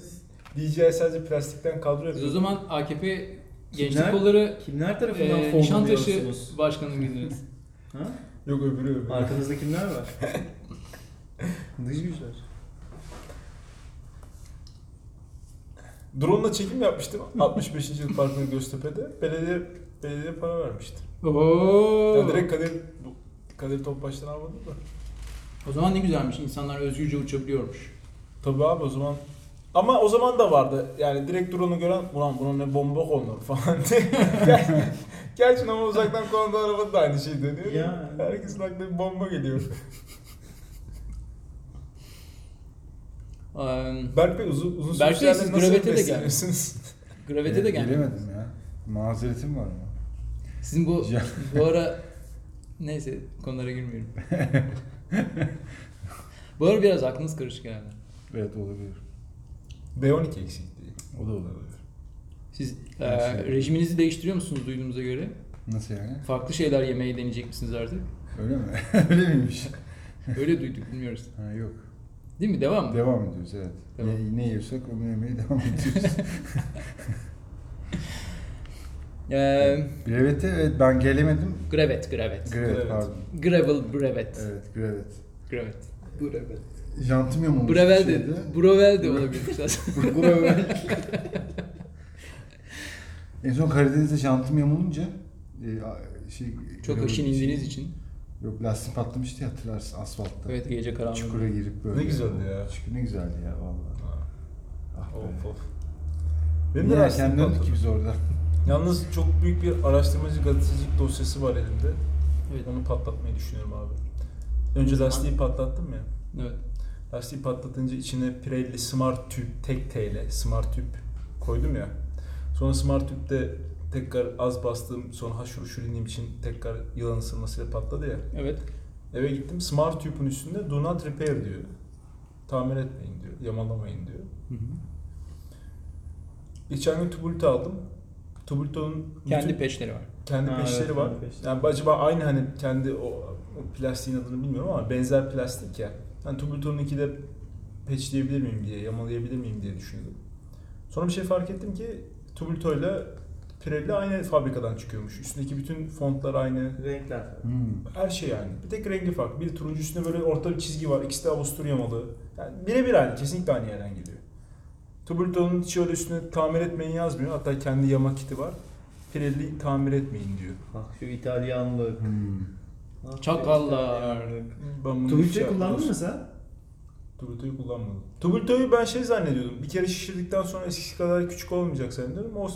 Speaker 5: DJI sadece plastikten kadro
Speaker 2: Biz o
Speaker 5: yapıyordu.
Speaker 2: zaman AKP gençlik
Speaker 3: Kimler?
Speaker 2: kolları
Speaker 3: Kimler tarafından
Speaker 2: e, Nişantaşı
Speaker 3: fonluyorsunuz?
Speaker 2: başkanı mıydınız?
Speaker 3: Ha?
Speaker 5: Yok öbürü öbürü.
Speaker 3: Arkanızda kimler var? Dış güçler.
Speaker 5: Drone'la çekim yapmıştım 65. yıl parkında Göztepe'de. Belediye belediye para vermişti.
Speaker 2: Oo.
Speaker 5: Ya direkt Kadir bu- Kadir Topbaş'tan almadım da.
Speaker 2: O zaman ne güzelmiş. insanlar özgürce uçabiliyormuş.
Speaker 5: Tabii abi o zaman ama o zaman da vardı. Yani direkt drone'u gören ulan buna ne bomba konulur falan diye. Ger- Gerçi ama uzaktan konulduğu araba da aynı şey dönüyor.
Speaker 3: Ya.
Speaker 5: Herkesin aklına bir bomba geliyor.
Speaker 2: Eee,
Speaker 5: Berk Bey uzun uzun
Speaker 2: Berk Bey,
Speaker 5: sürüşlerle
Speaker 2: siz
Speaker 5: nasıl
Speaker 2: gravete de
Speaker 5: besleniyorsunuz?
Speaker 2: gravete de
Speaker 4: Bile-
Speaker 2: geldi.
Speaker 4: bilemedim e, ya. Mazeretim var mı?
Speaker 2: Sizin bu
Speaker 4: Ya.
Speaker 2: bu ara neyse konulara girmiyorum. bu ara biraz aklınız karışık herhalde.
Speaker 4: Evet olabilir.
Speaker 5: B12 eksikliği.
Speaker 4: O da olabilir.
Speaker 2: Siz eee,
Speaker 5: şey.
Speaker 4: Gerçekten.
Speaker 2: rejiminizi değiştiriyor musunuz duyduğumuza göre?
Speaker 4: Nasıl yani?
Speaker 2: Farklı şeyler yemeyi deneyecek misiniz artık?
Speaker 4: Öyle mi? Öyle miymiş?
Speaker 2: Öyle duyduk bilmiyoruz.
Speaker 4: Ha yok.
Speaker 2: Değil mi? Devam mı?
Speaker 4: Devam ediyoruz evet.
Speaker 2: Devam.
Speaker 4: Ne, ne yiyorsak onu yemeye devam ediyoruz.
Speaker 2: Ee,
Speaker 4: Grevete evet ben gelemedim.
Speaker 2: grevet, grevet.
Speaker 4: Grevet
Speaker 5: Grevet.
Speaker 4: pardon.
Speaker 2: Gravel, brevet.
Speaker 4: Evet grevet.
Speaker 2: Grevet.
Speaker 3: Bu evet.
Speaker 4: Jantim yamulmuş bir
Speaker 2: Brevel de,
Speaker 4: şeydi.
Speaker 2: Brovel de olabilir.
Speaker 4: Brevel. en son Karadeniz'de jantim yamulunca e, a- şey,
Speaker 2: Çok
Speaker 4: grevet-
Speaker 2: aşın indiğiniz
Speaker 5: şey.
Speaker 2: için.
Speaker 4: Yok lastik patlamıştı ya, hatırlarsın asfaltta.
Speaker 2: Evet gece karanlığı.
Speaker 4: Çukura girip böyle.
Speaker 5: Ne güzeldi ya.
Speaker 4: Çukur ne güzeldi ya vallahi.
Speaker 5: Ha,
Speaker 4: Ah be.
Speaker 5: Of of. Benim
Speaker 4: Benim
Speaker 5: de
Speaker 4: de
Speaker 5: lastik
Speaker 4: erken döndük
Speaker 5: patladı.
Speaker 4: ki biz orada.
Speaker 5: Yalnız çok büyük bir araştırmacı gazetecilik dosyası var elimde.
Speaker 7: Evet.
Speaker 5: Onu patlatmayı düşünüyorum abi. Önce
Speaker 7: Zaman-
Speaker 5: lastiği patlattım ya.
Speaker 2: Evet.
Speaker 5: Lastiği patlatınca içine Pirelli Smart Tüp tek T ile Smart Tüp koydum ya. Sonra Smart Tüp'te tekrar az bastım sonra haşır uşur indiğim için tekrar yılan ısırmasıyla patladı ya.
Speaker 2: Evet.
Speaker 5: Eve gittim Smart Tüp'ün üstünde Do Not Repair diyor. Tamir etmeyin diyor, yamalamayın diyor.
Speaker 2: Hı hı.
Speaker 5: Geçen gün Tubulto aldım. Tubulto'nun
Speaker 2: Kendi
Speaker 5: bütün-
Speaker 2: peşleri var.
Speaker 5: kendi
Speaker 3: Ha,
Speaker 5: peşleri
Speaker 3: evet,
Speaker 5: var.
Speaker 3: kendi peşleri.
Speaker 5: Yani acaba aynı hani kendi o, o plastiğin adını bilmiyorum ama benzer plastik ya. Hani Tubulton'unki de peçleyebilir miyim diye, yamalayabilir miyim diye düşündüm. Sonra bir şey fark ettim ki Tubulto ile Pirelli aynı fabrikadan çıkıyormuş. Üstündeki bütün fontlar aynı.
Speaker 3: Renkler falan.
Speaker 4: Hmm.
Speaker 5: Her şey yani. Bir tek rengi farklı. Bir turuncu üstünde böyle orta bir çizgi var. İkisi de Avusturya malı. Yani birebir aynı. Kesinlikle aynı yerden geliyor. Tubulton'un şöyle üstüne tamir etmeyin yazmıyor. Hatta kendi yama kiti var. Pirelli tamir etmeyin diyor.
Speaker 3: Ah şu İtalyanlık.
Speaker 4: Hmm.
Speaker 3: Ah, şu
Speaker 2: Çakallar.
Speaker 3: İtalyanlık.
Speaker 5: Ben bunu
Speaker 3: Tuğçe
Speaker 5: hiç yapmadım.
Speaker 3: kullandın mı sen?
Speaker 5: Tubulto'yu kullanmadım. Tubulto'yu ben şey zannediyordum. Bir kere şişirdikten sonra eskisi kadar küçük olmayacak zannediyorum. O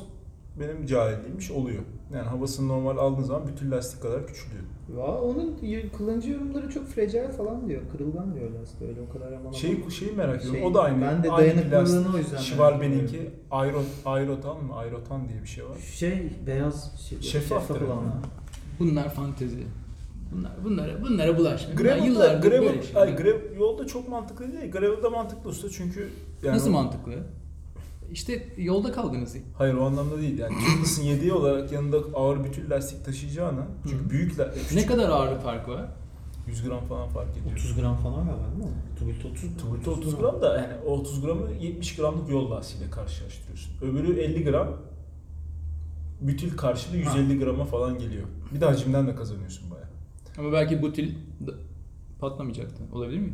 Speaker 5: benim cahilliğimmiş oluyor. Yani havasını normal aldığın zaman bütün lastik kadar küçülüyor.
Speaker 3: Ya onun y- kullanıcı yorumları çok fragile falan diyor. Kırılgan diyorlar aslında öyle o kadar aman aman.
Speaker 5: Şeyi, şeyi merak ediyorum.
Speaker 3: Şey,
Speaker 5: o da aynı.
Speaker 3: ben de
Speaker 5: aynı
Speaker 3: dayanıklılığını
Speaker 5: plastik.
Speaker 3: o yüzden
Speaker 5: Şivar
Speaker 3: merak
Speaker 5: benimki. Ayrot, Ayrotan mı? Ayrotan diye bir şey var.
Speaker 3: Şey beyaz şey,
Speaker 5: Şeffaftır
Speaker 3: şeffaf olanlar.
Speaker 7: Bunlar fantezi. Bunlar bunlara bunlara bulaşma. Bunlar
Speaker 5: Gravel'da,
Speaker 7: yıllardır
Speaker 5: gravel,
Speaker 7: böyle
Speaker 2: şey.
Speaker 7: şeyler.
Speaker 5: ay, gravel- yolda çok mantıklı değil. Gravel'da mantıklı usta çünkü... Yani
Speaker 2: Nasıl
Speaker 5: o-
Speaker 2: mantıklı? İşte yolda kaldınız.
Speaker 5: Hayır o anlamda değil. Yani Tüplüs'ün yediği olarak yanında ağır bütün lastik taşıyacağına. Çünkü
Speaker 2: Hı.
Speaker 5: büyük la- küçük
Speaker 2: Ne kadar ağırlık farkı var?
Speaker 5: 100 gram falan fark ediyor.
Speaker 3: 30 gram falan galiba değil mi? Tubultu 30
Speaker 5: Tuğrultu 30 gram da yani o 30 gramı 70 gramlık yol lastiğiyle karşılaştırıyorsun. Öbürü 50 gram bütün karşılığı 150 grama falan geliyor. Bir de hacimden de kazanıyorsun baya.
Speaker 2: Ama belki butil da- patlamayacaktı. Olabilir mi?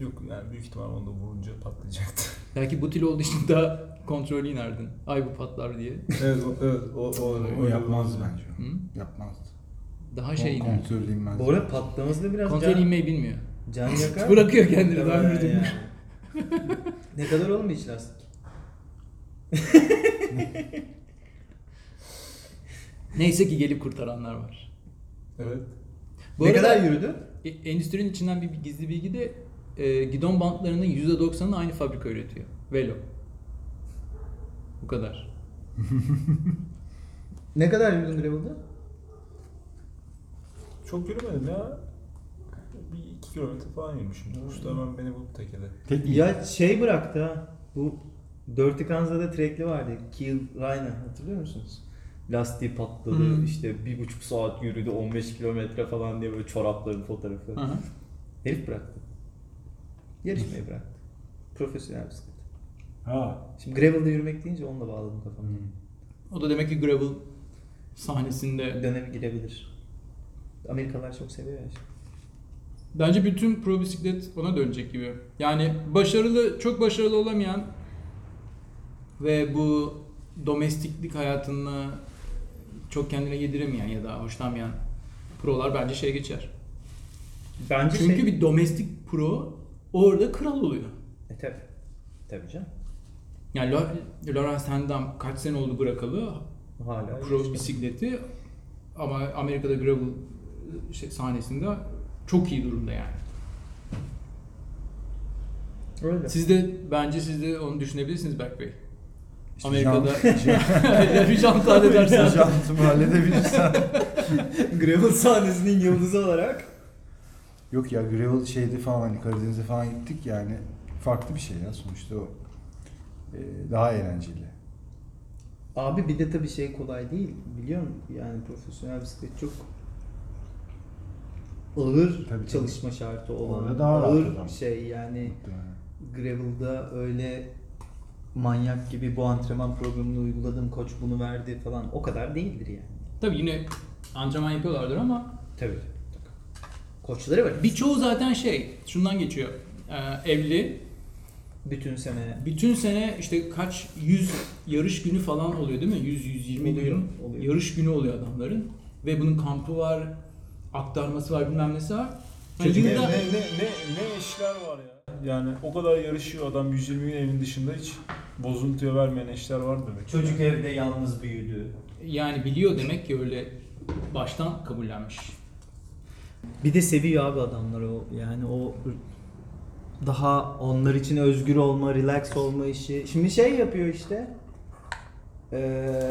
Speaker 5: Yok yani büyük ihtimal onu da vurunca patlayacaktı.
Speaker 2: Belki butil olduğu için daha kontrollü inerdin. Ay bu patlar diye.
Speaker 5: evet, o, evet, o, o,
Speaker 4: O yapmaz bence.
Speaker 2: Hı?
Speaker 4: Yapmaz.
Speaker 2: Daha şey
Speaker 4: Şey
Speaker 2: iner.
Speaker 4: kontrol inmez.
Speaker 3: Bu arada patlaması da biraz
Speaker 2: Kontrol
Speaker 3: can,
Speaker 2: inmeyi bilmiyor.
Speaker 3: can yakar.
Speaker 2: Bırakıyor kendini,
Speaker 3: Tabii
Speaker 2: ben bir
Speaker 3: yani.
Speaker 2: dinliyorum.
Speaker 3: ne kadar oğlum hiç lastik?
Speaker 2: Neyse ki gelip kurtaranlar var.
Speaker 5: Evet.
Speaker 2: Bu
Speaker 3: ne
Speaker 2: arada-
Speaker 3: kadar yürüdü?
Speaker 2: E, Endüstrinin içinden bir gizli bilgi de e, gidon bantlarının %90'ını aynı fabrika üretiyor. Velo. Bu kadar.
Speaker 3: Ne kadar yürüdün Gravel'da?
Speaker 5: Çok yürümedim ya. Bir iki kilometre falan yürümüşüm. Usta hemen beni bulup tekede.
Speaker 4: Tek mi?
Speaker 3: Ya şey bıraktı ha. Bu Dirty Kansas'da trekli vardı. Kiel Rhine hatırlıyor musunuz? Lastiği patladı
Speaker 2: Hmm.
Speaker 3: işte bir buçuk saat yürüdü 15 kilometre falan diye böyle çorapların fotoğrafı.
Speaker 2: Hı hı.
Speaker 3: Herif bıraktı. Yarışmayı bıraktı. Profesyonel bisiklet.
Speaker 4: Ha.
Speaker 3: Şimdi gravel'da yürümek deyince onunla bağladım kafamı.
Speaker 4: Hmm.
Speaker 2: O da demek ki gravel sahnesinde.
Speaker 3: Dönemi girebilir. Amerikalılar çok seviyor ya.
Speaker 2: Bence bütün pro bisiklet ona dönecek gibi. Yani başarılı, çok başarılı olamayan ve bu domestiklik hayatını çok kendine yediremeyen ya da hoşlanmayan prolar bence şeye geçer.
Speaker 3: Bence
Speaker 2: Çünkü
Speaker 3: şey...
Speaker 2: bir domestik pro orada kral oluyor.
Speaker 3: E tabi. Tabi canım.
Speaker 2: Yani Lo- Lawrence Hendam kaç sene oldu bırakalı
Speaker 3: Hala.
Speaker 2: pro
Speaker 3: yarışıyor.
Speaker 2: bisikleti ama Amerika'da gravel şey, sahnesinde çok iyi durumda yani.
Speaker 3: Öyle.
Speaker 2: Siz de bence siz de onu düşünebilirsiniz Berk Bey.
Speaker 4: İşte
Speaker 2: Amerika'da
Speaker 4: jant- jant-
Speaker 2: bir jantar edersen.
Speaker 4: Jantımı halledebilirsen.
Speaker 3: gravel sahnesinin yıldızı olarak.
Speaker 4: Yok ya gravel şeyde falan hani Karadeniz'e falan gittik yani farklı bir şey ya sonuçta o. Ee, daha eğlenceli.
Speaker 3: Abi bir de tabii şey kolay değil. Biliyor musun? Yani profesyonel bisiklet çok ağır
Speaker 4: tabii.
Speaker 3: çalışma şartı olan
Speaker 4: Orada daha rahat
Speaker 3: ağır
Speaker 4: adam.
Speaker 3: şey yani
Speaker 4: Muhtemelen.
Speaker 3: gravel'da öyle manyak gibi bu antrenman programını uyguladım koç bunu verdi falan o kadar değildir yani.
Speaker 2: Tabii yine antrenman yapıyorlardır ama
Speaker 3: Tabii. Koçları var.
Speaker 2: birçoğu zaten şey şundan geçiyor. Ee, evli.
Speaker 3: Bütün sene
Speaker 2: Bütün sene işte kaç yüz yarış günü falan oluyor değil mi? 100 120
Speaker 3: Oluyor,
Speaker 2: gün
Speaker 3: oluyor.
Speaker 2: yarış günü oluyor adamların ve bunun kampı var, aktarması var, bilmem nesi var. Yani
Speaker 5: Ne, ne,
Speaker 2: yılda-
Speaker 5: ne, ne, ne eşler var ya. Yani o kadar yarışıyor adam 120 gün evin dışında hiç bozuntuya vermeyen eşler var demek.
Speaker 3: çocuk evde yalnız büyüdü.
Speaker 2: Yani biliyor demek ki öyle baştan kabullenmiş.
Speaker 3: Bir de seviyor abi adamlar o yani o daha onlar için özgür olma, relax olma işi. Şimdi şey yapıyor işte. Ee,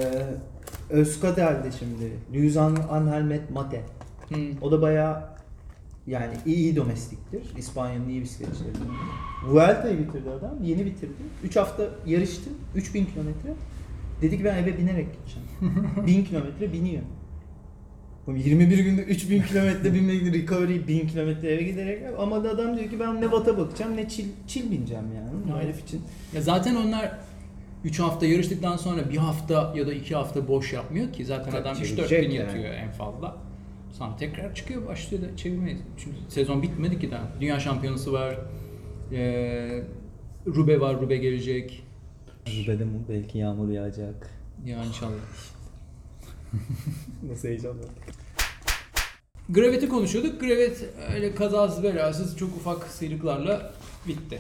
Speaker 3: Özkader'de şimdi. Luis An- Angel Met- Mate. O da bayağı yani iyi, iyi domestiktir. İspanya'nın iyi bisikletçilerinden. biri. Vuelta'yı bitirdi adam. Yeni bitirdi. 3 hafta yarıştı. 3000 kilometre. Dedi ki ben eve binerek gideceğim. 1000 kilometre biniyor. Oğlum 21 günde 3000 kilometre binmek recovery 1000 kilometre eve giderek ama da adam diyor ki ben ne bata bakacağım ne çil, çil bineceğim yani.
Speaker 2: Evet.
Speaker 3: Herif için
Speaker 2: Ya zaten onlar 3 hafta yarıştıktan sonra bir hafta ya da 2 hafta boş yapmıyor ki. Zaten
Speaker 3: Tabii
Speaker 2: adam 3-4
Speaker 3: çevirecek
Speaker 2: gün
Speaker 3: yani.
Speaker 2: yatıyor en fazla. Sonra tekrar çıkıyor başlıyor da çevirmeye. Çünkü sezon bitmedi ki daha. Dünya şampiyonası var. Ee, Rube var, Rube gelecek.
Speaker 3: Zübede mu belki yağmur yağacak.
Speaker 2: Ya inşallah.
Speaker 3: Nasıl heyecanlı.
Speaker 2: Gravet'i konuşuyorduk. Gravet öyle kazasız belasız çok ufak sıyrıklarla bitti.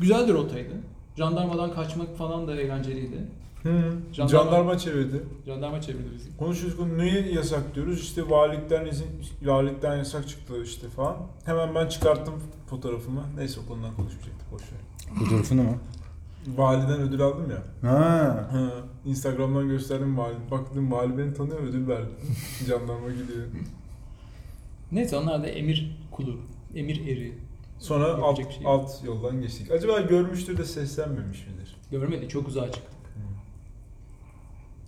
Speaker 2: Güzel bir rotaydı. Jandarmadan kaçmak falan da eğlenceliydi.
Speaker 5: Hı.
Speaker 2: Jandarma-
Speaker 5: Jandarma çevirdi.
Speaker 2: Jandarma çevirdi bizi.
Speaker 5: Konuşuyoruz bunu niye yasak diyoruz işte valilikten izin, valilikten yasak çıktı işte falan. Hemen ben çıkarttım fotoğrafımı. Neyse o konudan konuşmayacaktık boşver.
Speaker 4: Fotoğrafını mı?
Speaker 5: Validen ödül aldım ya.
Speaker 4: Ha.
Speaker 5: Ha, Instagram'dan gösterdim vali. Baktım vali beni tanıyor ödül verdi. Jandarma gidiyor.
Speaker 2: Neyse onlar da emir kulu, emir eri.
Speaker 5: Sonra alt,
Speaker 2: Yapacak bir şey yok.
Speaker 5: alt yoldan geçtik. Acaba görmüştür de seslenmemiş midir?
Speaker 2: Görmedi, çok uzağa çıktı.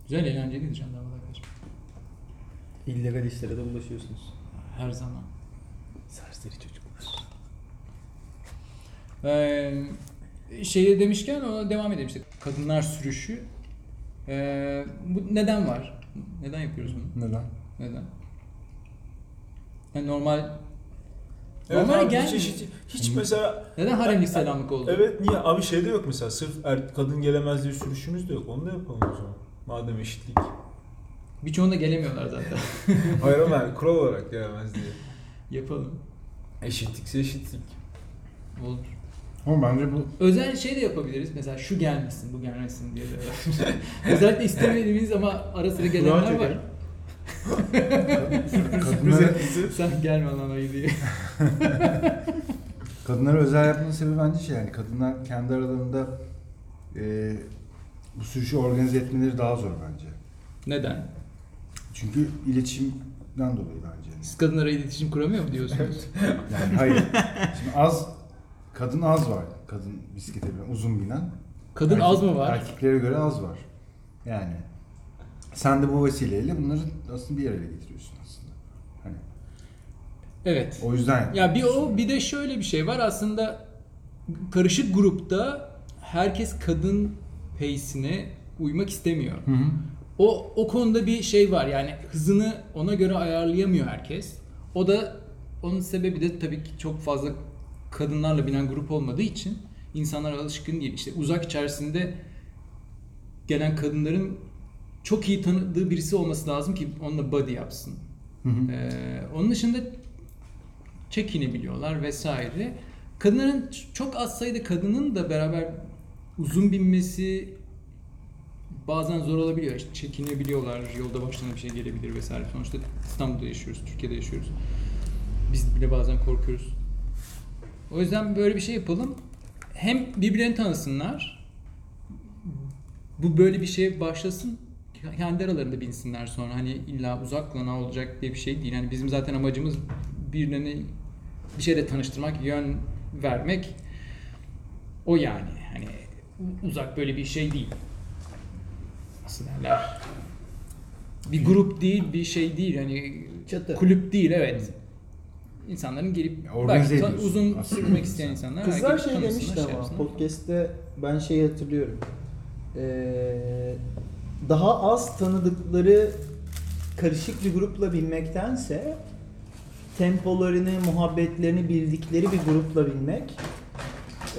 Speaker 2: Güzel eğlenceliydi jandarmalar kaçmak.
Speaker 3: İllegal işlere de bulaşıyorsunuz.
Speaker 2: Her zaman.
Speaker 3: Serseri çocuklar.
Speaker 2: Ee, şeye demişken ona devam edelim işte. Kadınlar sürüşü. Ee, bu neden var? Neden yapıyoruz bunu?
Speaker 4: Neden?
Speaker 2: Neden? Yani normal
Speaker 5: Evet
Speaker 2: Normal
Speaker 5: abi,
Speaker 2: gel-
Speaker 5: hiç, hiç, hiç mesela
Speaker 2: neden haremlik selamlık oldu?
Speaker 5: evet niye abi şey de yok mesela sırf er, kadın gelemez diye sürüşümüz de yok onu da yapalım o zaman. Madem eşitlik.
Speaker 2: Birçoğunda gelemiyorlar zaten.
Speaker 5: Hayır ama yani kural olarak gelemez diye.
Speaker 2: Yapalım.
Speaker 5: Eşitlikse eşitlik.
Speaker 2: Olur.
Speaker 4: Ama bence bu
Speaker 2: Özel şey de yapabiliriz. Mesela şu gelmesin, bu gelmesin diye de. Özellikle istemediğimiz ama ara sıra gelenler var.
Speaker 3: çekelim.
Speaker 4: kadınlara,
Speaker 2: Sen gelme lan ayı diye.
Speaker 4: kadınlara özel yapmanın sebebi bence şey yani kadınlar kendi aralarında e, bu sürüşü organize etmeleri daha zor bence.
Speaker 2: Neden?
Speaker 4: Çünkü iletişimden dolayı bence.
Speaker 2: Siz kadınlara iletişim kuramıyor mu diyorsunuz?
Speaker 4: Yani hayır. Şimdi az kadın az var. Kadın bisiklete binen, uzun binen.
Speaker 2: Kadın
Speaker 4: Erkek-
Speaker 2: az mı var?
Speaker 4: Erkeklere göre az var. Yani sen de bu vesileyle bunları aslında bir araya getiriyorsun aslında. Hani
Speaker 2: Evet.
Speaker 4: o yüzden
Speaker 2: Ya bir o bir de şöyle bir şey var aslında karışık grupta herkes kadın pace'ine uymak istemiyor.
Speaker 4: Hı hı.
Speaker 2: O o konuda bir şey var yani hızını ona göre ayarlayamıyor herkes. O da onun sebebi de tabii ki çok fazla kadınlarla binen grup olmadığı için insanlar alışkın değil. İşte uzak içerisinde gelen kadınların çok iyi tanıdığı birisi olması lazım ki onunla body yapsın.
Speaker 4: Hı hı.
Speaker 2: Ee, onun dışında çekinebiliyorlar vesaire. Kadınların ç- çok az sayıda kadının da beraber uzun binmesi bazen zor olabiliyor. İşte çekinebiliyorlar, yolda başlarına bir şey gelebilir vesaire. Sonuçta İstanbul'da yaşıyoruz, Türkiye'de yaşıyoruz. Biz bile bazen korkuyoruz. O yüzden böyle bir şey yapalım. Hem birbirlerini tanısınlar. Bu böyle bir şey başlasın. Kendi aralarında binsinler sonra. Hani illa uzakla ne olacak diye bir şey değil. Yani bizim zaten amacımız birilerini bir şeyle tanıştırmak, yön vermek. O yani. Hani uzak böyle bir şey değil. Nasıl derler? Bir grup değil, bir şey değil. Hani
Speaker 3: Çatı.
Speaker 2: kulüp değil evet. insanların gelip
Speaker 4: Ya, organize
Speaker 2: belki ta-
Speaker 4: ediyorsun
Speaker 2: uzun
Speaker 4: aslında.
Speaker 2: sürmek isteyen insanlar
Speaker 3: Kızlar
Speaker 2: belki
Speaker 3: şey
Speaker 2: tanısınlar,
Speaker 3: demişti ama
Speaker 2: yapsınlar.
Speaker 3: podcast'te ben şeyi hatırlıyorum. Ee, daha az tanıdıkları karışık bir grupla binmektense tempolarını, muhabbetlerini bildikleri bir grupla binmek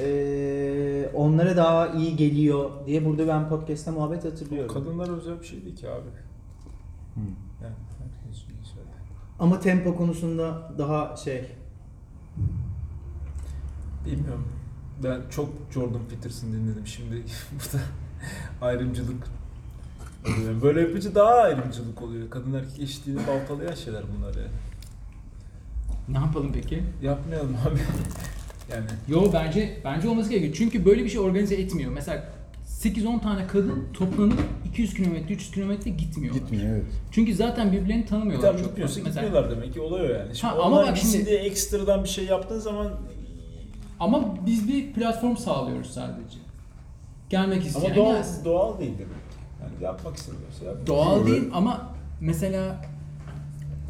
Speaker 3: ee, onlara daha iyi geliyor diye burada ben podcast'te muhabbet hatırlıyorum.
Speaker 5: Kadınlar özel bir şey değil ki abi.
Speaker 4: Hı.
Speaker 5: Yani herkes bir şey.
Speaker 3: Ama tempo konusunda daha şey
Speaker 5: Bilmiyorum. Ben çok Jordan Peterson dinledim şimdi. Burada ayrımcılık oluyor. Böyle yapınca daha ayrımcılık oluyor. Kadın erkek eşitliğini baltalayan şeyler bunlar yani.
Speaker 2: Ne yapalım peki?
Speaker 5: Yapmayalım abi. Yani
Speaker 2: Yo bence bence olması gerekiyor. Çünkü böyle bir şey organize etmiyor. Mesela 8-10 tane kadın toplanıp 200 kilometre, 300 kilometre gitmiyor.
Speaker 4: Gitmiyor evet.
Speaker 2: Çünkü zaten birbirlerini
Speaker 5: bir
Speaker 2: tanımıyorlar
Speaker 5: tane
Speaker 2: çok
Speaker 5: gitmiyorsa
Speaker 2: fazla.
Speaker 5: gitmiyorlar demek ki oluyor yani. Şimdi
Speaker 2: Ha, ama
Speaker 5: ama
Speaker 2: bak
Speaker 5: bak
Speaker 2: şimdi-
Speaker 5: diye ekstradan bir şey yaptığın zaman
Speaker 2: ama biz bir platform sağlıyoruz sadece. Gelmek isteyen
Speaker 5: ama doğal,
Speaker 2: gelsin.
Speaker 5: doğal değil demek. ki. Yani yapmak istemiyorsa yapmıyor.
Speaker 2: Doğal değil ama mesela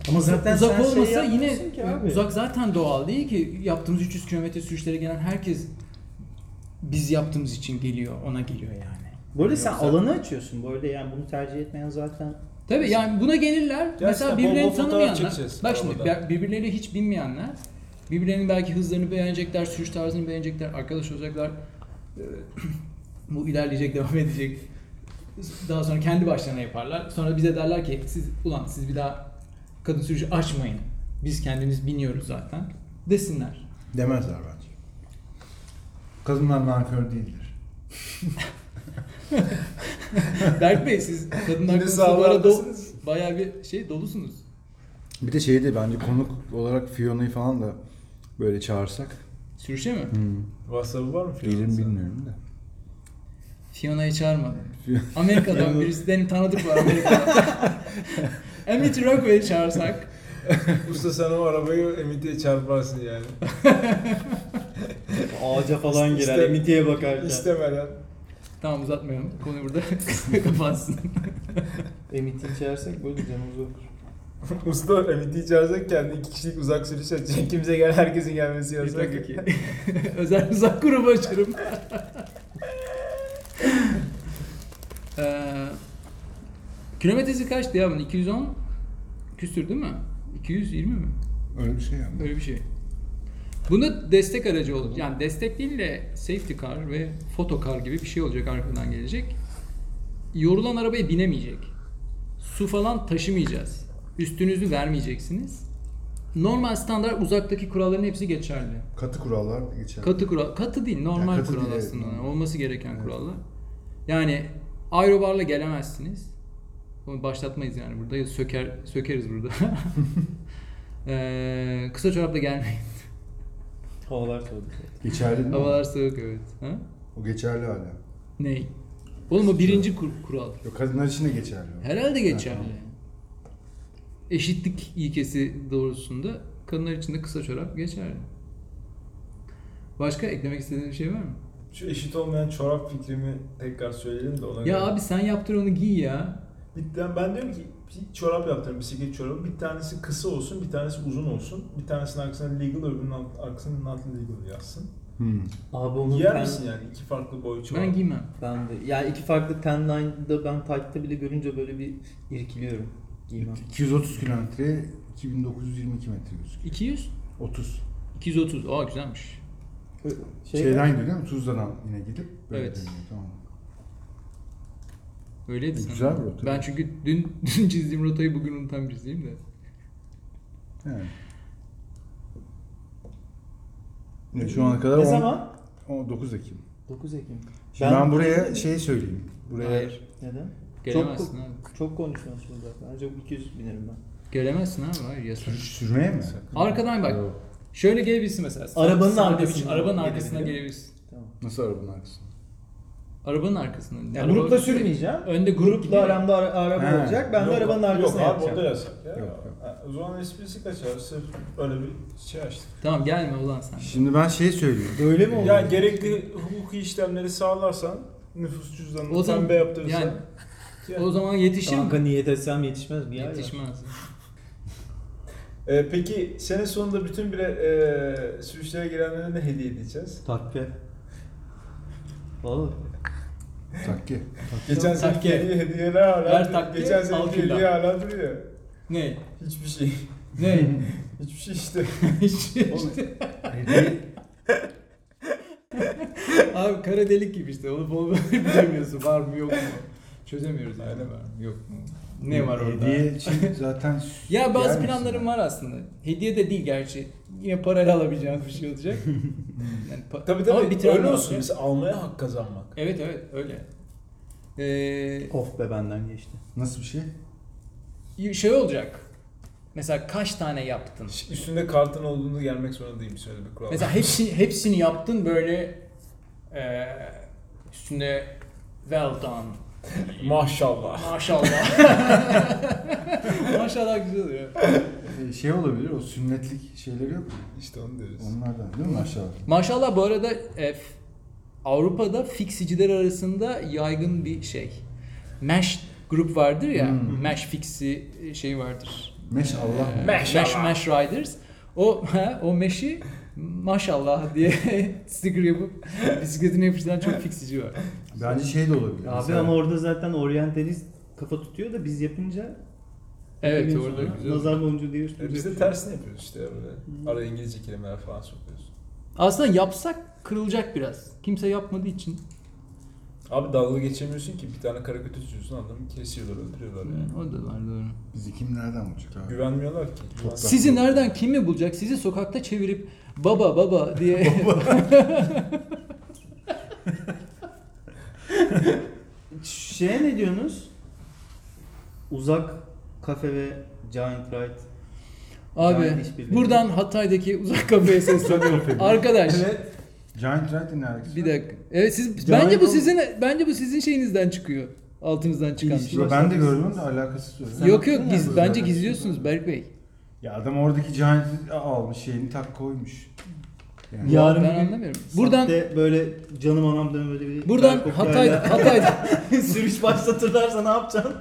Speaker 3: ama zaten
Speaker 2: uzak
Speaker 3: sen şey
Speaker 2: olmasa
Speaker 3: yapmıyorsun
Speaker 2: yine
Speaker 3: ki abi.
Speaker 2: uzak zaten doğal değil ki yaptığımız 300 kilometre sürüşlere gelen herkes biz yaptığımız için geliyor ona geliyor yani.
Speaker 3: Böyle sen alanı açıyorsun. Böyle yani bunu tercih etmeyen zaten
Speaker 2: Tabii yani buna gelirler. Mesela
Speaker 5: bol bol
Speaker 2: birbirlerini
Speaker 5: fotoğraf
Speaker 2: tanımayanlar.
Speaker 5: çekeceğiz
Speaker 2: Bak şimdi
Speaker 5: arabada.
Speaker 2: bir- birbirleriyle hiç bilmeyenler. Birbirlerinin belki hızlarını beğenecekler, sürüş tarzını beğenecekler, arkadaş olacaklar. Ee, Bu ilerleyecek, devam edecek. Daha sonra kendi başlarına yaparlar. Sonra bize derler ki siz ulan siz bir daha kadın sürücü açmayın. Biz kendimiz biniyoruz zaten. Desinler.
Speaker 4: Demezler bence. Kadınlar nankör değildir.
Speaker 2: Berk Bey siz kadın
Speaker 5: Yine
Speaker 2: hakkında bu arada
Speaker 5: sağlardasınız.
Speaker 2: bayağı bir şey dolusunuz.
Speaker 4: Bir de şeyde bence konuk olarak Fiona'yı falan da böyle çağırsak.
Speaker 2: Sürüşe mi?
Speaker 4: Hmm.
Speaker 5: WhatsApp'ı var mı? filan?
Speaker 4: Gelir mi bilmiyorum da.
Speaker 2: Fiona'yı çağırmadı. Amerika'dan birisi benim tanıdık var Amerika'dan. Emmett Rockwell'i çağırsak.
Speaker 5: Usta sen o arabayı emitiye çarparsın yani.
Speaker 3: ağaca falan girer,
Speaker 5: İste-
Speaker 3: emitiye bakarken.
Speaker 5: İstemeden.
Speaker 2: Tamam uzatmayalım. Konuyu burada kapatsın.
Speaker 3: Emiti içersek böyle canımız okur.
Speaker 5: Usta e, emitiye çağırsak kendi iki kişilik uzak sürüş açacak. Kimse gel herkesin gelmesi
Speaker 2: Bir
Speaker 5: yasak.
Speaker 2: dakika ki. Özel uzak grubu açarım. ee, kilometresi kaçtı ya bunun? 210 küsür değil mi? 220 mi?
Speaker 4: Öyle bir şey yani.
Speaker 2: Öyle bir şey. Buna destek aracı olacak. Yani destek değil de safety car ve foto car gibi bir şey olacak arkadan gelecek. Yorulan arabaya binemeyecek. Su falan taşımayacağız. Üstünüzü vermeyeceksiniz. Normal standart uzaktaki kuralların hepsi geçerli.
Speaker 4: Katı kurallar geçer.
Speaker 2: Katı kural, katı değil normal
Speaker 4: Ya katı
Speaker 2: kural
Speaker 4: değil, evet.
Speaker 2: aslında. Olması gereken
Speaker 4: Evet.
Speaker 2: kurallar. Yani aerobarla gelemezsiniz. Onu başlatmayız yani burada ya söker sökeriz burada. Ee, kısa çorapla gelmeyin.
Speaker 3: Havalar soğudu.
Speaker 4: Geçerli değil mi?
Speaker 2: Havalar soğuk evet. Ha?
Speaker 4: O geçerli hala.
Speaker 2: Ney? Oğlum o birinci kur- kural.
Speaker 4: Yok kadınlar için de geçerli. o.
Speaker 2: Herhalde geçerli. Eşitlik ilkesi doğrultusunda kadınlar için de kısa çorap geçerli. Başka eklemek istediğin bir şey var mı?
Speaker 5: Şu eşit olmayan çorap fikrimi tekrar söyleyelim de ona
Speaker 2: Ya abi sen yaptır onu giy ya.
Speaker 5: Bir tane- ben diyorum ki bir çorap yaptım bisiklet çorabı. Bir tanesi kısa olsun, bir tanesi uzun olsun. Bir tanesinin arkasına legal, öbürünün alt- arkasının altına legal yazsın.
Speaker 4: Hmm.
Speaker 3: Abi onun
Speaker 5: Giyer
Speaker 3: ten-
Speaker 5: misin yani iki farklı boy çorap?
Speaker 2: Ben giymem.
Speaker 3: Ben de. Yani iki farklı ten line'da ben takipte bile görünce böyle bir irkiliyorum. Giymem.
Speaker 4: 230 kilometre 2922 metre gözüküyor.
Speaker 2: 200?
Speaker 4: 30.
Speaker 2: 230. Aa güzelmiş.
Speaker 3: Şey-
Speaker 4: Şeyden gidiyor değil mi? Tuzla'dan yine gidip böyle
Speaker 2: Evet.
Speaker 4: dönüyor. Tamam.
Speaker 2: Öyleydi
Speaker 4: E,
Speaker 2: sanırım.
Speaker 4: güzel bir rota.
Speaker 2: Ben çünkü dün, dün çizdiğim rotayı bugün unutan birisiyim de.
Speaker 4: Yani. Ya şu ana kadar
Speaker 3: ne
Speaker 4: on-
Speaker 3: zaman?
Speaker 4: on- 9 Ekim.
Speaker 3: 9 Ekim.
Speaker 4: Şimdi ben, buraya şey söyleyeyim. Buraya
Speaker 2: Hayır.
Speaker 3: Neden?
Speaker 2: Gelemezsin
Speaker 3: Çok,
Speaker 2: abi.
Speaker 3: çok konuşuyorsun burada. Bence 200 binerim ben.
Speaker 2: Gelemezsin abi. Hayır yasak.
Speaker 4: sür- sürmeye mi?
Speaker 2: Arkadan bak.
Speaker 4: Yok.
Speaker 2: Şöyle gelebilirsin mesela. Sağ-
Speaker 3: Arabanın
Speaker 2: sağ
Speaker 3: arkasına
Speaker 2: demiş, Arabanın arkasına
Speaker 3: gelebilirim.
Speaker 2: gelebilirsin.
Speaker 3: Tamam.
Speaker 4: Nasıl arabanın arkasında?
Speaker 2: Arabanın arkasına.
Speaker 3: Ya
Speaker 2: Araba-
Speaker 3: grupla sürmeyeceğim.
Speaker 2: Önde grup
Speaker 3: Grupla
Speaker 2: gidiyor.
Speaker 3: aramda ara- araba
Speaker 4: He.
Speaker 3: olacak. Ben de
Speaker 5: Yok,
Speaker 3: arabanın arkasına
Speaker 5: Yok abi
Speaker 3: yapacağım.
Speaker 5: onda yasak ya.
Speaker 4: Yok, yok.
Speaker 5: Ha, O zaman esprisi kaçar. Sırf öyle bir şey açtık.
Speaker 2: Tamam gelme ulan sen.
Speaker 4: Şimdi ben şey söyleyeyim.
Speaker 3: Böyle mi
Speaker 5: Ya
Speaker 3: olur?
Speaker 5: yani gerekli hukuki işlemleri sağlarsan nüfus cüzdanını
Speaker 2: O zaman-
Speaker 5: pembe yaptırırsan.
Speaker 2: yani-
Speaker 5: yani-
Speaker 2: O zaman yetişir mi?
Speaker 3: Kanka niyet etsem yetişmez bir yer var.
Speaker 2: Yetişmez.
Speaker 5: Ee, peki sene sonunda bütün bire e, sürüşlere girenlere ne hediye edeceğiz?
Speaker 3: Takke. Valla.
Speaker 4: Takke.
Speaker 5: Geçen seneki
Speaker 2: takke.
Speaker 5: hediye, hediyeler hala
Speaker 2: Ver
Speaker 5: duruyor.
Speaker 2: takke,
Speaker 5: Geçen
Speaker 2: al
Speaker 5: seneki
Speaker 2: külah.
Speaker 5: hediye hala duruyor.
Speaker 2: Ne?
Speaker 5: Hiçbir şey.
Speaker 2: Ne?
Speaker 5: Hiçbir şey işte.
Speaker 2: İşte- Abi kara delik gibi işte. Onu onu bilemiyorsun. Var mı yok mu? Çözemiyoruz yani.
Speaker 5: Aynen.
Speaker 2: Var mı yok mu? Ne var orada?
Speaker 4: Hediye için zaten
Speaker 2: Ya bazı
Speaker 4: yer misin?
Speaker 2: planlarım var aslında. Hediye de değil gerçi. Yine parayla alabileceğimiz bir şey olacak. yani pa-
Speaker 5: Tabii
Speaker 2: ama
Speaker 5: tabii
Speaker 2: bitiren
Speaker 5: öyle
Speaker 2: ne
Speaker 5: olsun.
Speaker 2: olacak?
Speaker 5: Mesela almaya hak kazanmak.
Speaker 2: Evet evet öyle. Ee,
Speaker 3: Of be benden geçti.
Speaker 4: Nasıl bir şey?
Speaker 2: şey olacak. Mesela kaç tane yaptın?
Speaker 5: Üstünde kartın olduğunu gelmek zorunda değilmiş öyle bir kural.
Speaker 2: Mesela hepsi, hepsini yaptın böyle e, üstünde well done.
Speaker 5: Maşallah.
Speaker 2: Maşallah. Maşallah güzel oluyor.
Speaker 4: Ee, şey olabilir o sünnetlik şeyleri yok mu?
Speaker 5: İşte onu diyoruz.
Speaker 4: Onlardan değil mi aşağıda?
Speaker 2: Maşallah bu arada e, f- Avrupa'da fixiciler arasında yaygın bir şey. Mesh grup vardır ya,
Speaker 4: Hmm.
Speaker 2: Mesh fixi e, şey vardır.
Speaker 4: Meş Allah
Speaker 2: E,
Speaker 4: mı?
Speaker 5: Mesh
Speaker 2: Mesh,
Speaker 5: Allah.
Speaker 2: mesh Riders. O o Mesh'i maşallah diye sticker yapıp bisikletine yapıştıran çok fixici var.
Speaker 4: Bence şey de olabilir.
Speaker 3: Abi
Speaker 4: Mesela
Speaker 3: ama orada zaten oryantalist kafa tutuyor da biz yapınca
Speaker 2: Evet
Speaker 3: hepimiz
Speaker 2: orada
Speaker 3: ona
Speaker 2: güzel.
Speaker 3: Nazar boncuğu diye
Speaker 5: E,
Speaker 3: üstümüze
Speaker 5: biz de
Speaker 3: düşüyor.
Speaker 5: tersini yapıyoruz işte böyle. Ara İngilizce kelimeler falan sokuyoruz.
Speaker 2: Aslında yapsak kırılacak biraz. Kimse yapmadığı için.
Speaker 5: Abi dalga geçemiyorsun ki bir tane kara kötü çiziyorsun adamı kesiyorlar öldürüyorlar yani.
Speaker 2: O da var doğru.
Speaker 4: bizi kim nereden bulacak abi?
Speaker 5: Güvenmiyorlar ki. Güven-
Speaker 4: Toprak.
Speaker 2: Sizi nereden kim mi bulacak? Sizi sokakta çevirip baba baba diye
Speaker 3: Şeye ne diyorsunuz? Uzak kafe ve Giant Ride.
Speaker 2: Abi
Speaker 3: Yani işbirliği.
Speaker 2: buradan Hatay'daki uzak kafeye sesleniyorum. Arkadaş
Speaker 4: Giant Right'in alakası
Speaker 2: bir
Speaker 4: var.
Speaker 2: dakika. Evet siz
Speaker 3: Cahil
Speaker 2: bence bu
Speaker 3: ol-
Speaker 2: sizin bence bu sizin şeyinizden çıkıyor. Altınızdan çıkan bir şey.
Speaker 3: İlişki-
Speaker 4: Ben de gördüm de alakası yok.
Speaker 2: Yok
Speaker 3: Sen
Speaker 2: yok
Speaker 3: haklısın
Speaker 2: giz,
Speaker 3: yani.
Speaker 2: bence gizliyorsunuz Berk Bey.
Speaker 4: Ya adam oradaki Giant'i almış şeyini tak koymuş. Yani
Speaker 3: Ya- Yarın
Speaker 2: ben
Speaker 3: bir gün
Speaker 2: anlamıyorum. Buradan
Speaker 3: Sahte böyle canım anam deme böyle bir
Speaker 2: buradan Hatay
Speaker 3: helikopterle
Speaker 2: Hatay
Speaker 3: sürüş başlatırlarsa ne yapacaksın?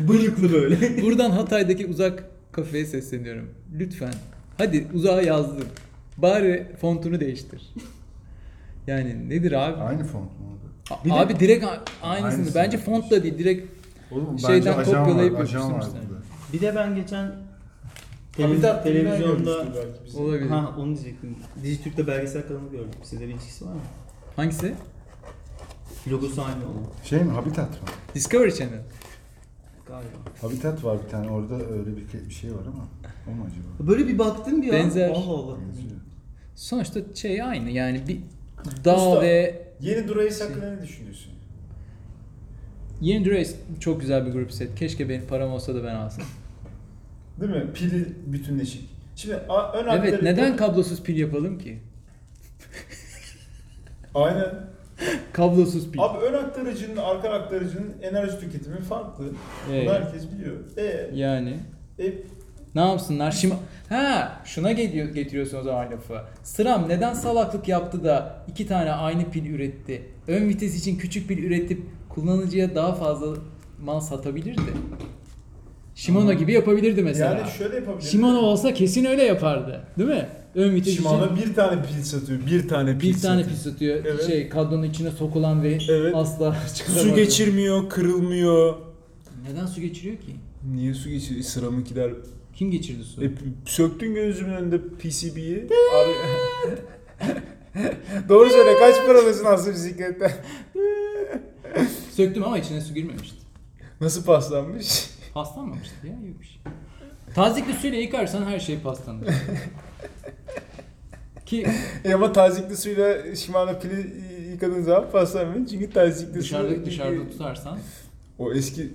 Speaker 3: Bıyıklı böyle.
Speaker 2: buradan Hatay'daki uzak kafeye sesleniyorum. Lütfen. Hadi uzağa yazdım. Bari fontunu değiştir. Yani nedir abi?
Speaker 4: aynı font mu orada?
Speaker 2: A-
Speaker 3: Bir de-
Speaker 2: abi direkt a- aynısını.
Speaker 4: Aynısını
Speaker 2: Bence
Speaker 4: yapmış.
Speaker 2: font da değil. Direkt
Speaker 4: Oğlum
Speaker 2: Şeyden
Speaker 4: bence ajan
Speaker 2: kopyalayıp
Speaker 4: var, ajan var
Speaker 2: yapıştırmışlar.
Speaker 4: burada.
Speaker 3: Bir de ben geçen
Speaker 5: Habitat
Speaker 3: televiz- televizyonda
Speaker 5: görmüştür belki bizi.
Speaker 2: olabilir.
Speaker 3: Ha onu diyecektim. Dijitürk'te belgesel kanalı gördüm. Sizde bir ilişkisi var mı?
Speaker 2: Hangisi?
Speaker 3: Logosu aynı olan.
Speaker 4: Şey mi? Habitat mı?
Speaker 2: Discovery Channel.
Speaker 3: Galiba.
Speaker 4: Habitat var bir tane orada öyle bir, ke- bir şey var ama o mu acaba?
Speaker 3: Böyle bir baktım bir an.
Speaker 2: Benzer.
Speaker 3: Allah Allah.
Speaker 4: Benziyor.
Speaker 2: Sonuçta şey aynı yani bir dağ
Speaker 5: Usta.
Speaker 2: ve
Speaker 5: Yeni Duray'ı hakkında ne düşünüyorsun?
Speaker 2: Yeni Dress çok güzel bir grup set. Keşke benim param olsa da ben alsam.
Speaker 5: Değil mi? Pili bütünleşik. Şimdi a- ön
Speaker 2: evet
Speaker 5: harfleri-
Speaker 2: neden kablosuz pil yapalım ki?
Speaker 5: Aynen.
Speaker 2: Kablosuz pil.
Speaker 5: Abi ön aktarıcının, arka aktarıcının enerji tüketimi farklı.
Speaker 2: Evet.
Speaker 5: Bunu herkes biliyor. E,
Speaker 2: Yani
Speaker 5: e,
Speaker 2: ne yapsınlar şimdi? Ha şuna geliyor, getiriyorsun o zaman lafı. Sıram neden salaklık yaptı da iki tane aynı pil üretti? Ön vites için küçük pil üretip kullanıcıya daha fazla mal satabilirdi. Shimano gibi yapabilirdi mesela.
Speaker 5: yani şöyle yapabiliriz.
Speaker 2: Shimano olsa kesin öyle yapardı. Değil mi? Ön vites için-
Speaker 5: Shimano bir tane pil satıyor. Bir tane pil
Speaker 2: Bir tane
Speaker 5: satıyor.
Speaker 2: pis atıyor.
Speaker 5: Evet.
Speaker 2: Şey kadronun içine sokulan ve
Speaker 5: Evet.
Speaker 2: asla çıkaramadı.
Speaker 5: Su geçirmiyor, kırılmıyor.
Speaker 2: Neden su geçiriyor ki?
Speaker 5: Niye su geçiriyor? Sıramınkiler.
Speaker 2: Kim geçirdi su?
Speaker 5: E, söktün gözümün önünde PCB'yi. Abi... Doğru söyle kaç paralısın aslında bisikletten?
Speaker 2: Söktüm ama içine su girmemişti.
Speaker 5: Nasıl paslanmış?
Speaker 2: Paslanmamıştı ya yok bir şey. Tazikli suyla yıkarsan her şey paslanır. Ki
Speaker 5: E ama tazikli suyla Shimano pili yıkadığın zaman paslanmıyor. Çünkü tazikli
Speaker 2: dışarıda
Speaker 5: su...
Speaker 2: dışarıda tutarsan.
Speaker 5: O eski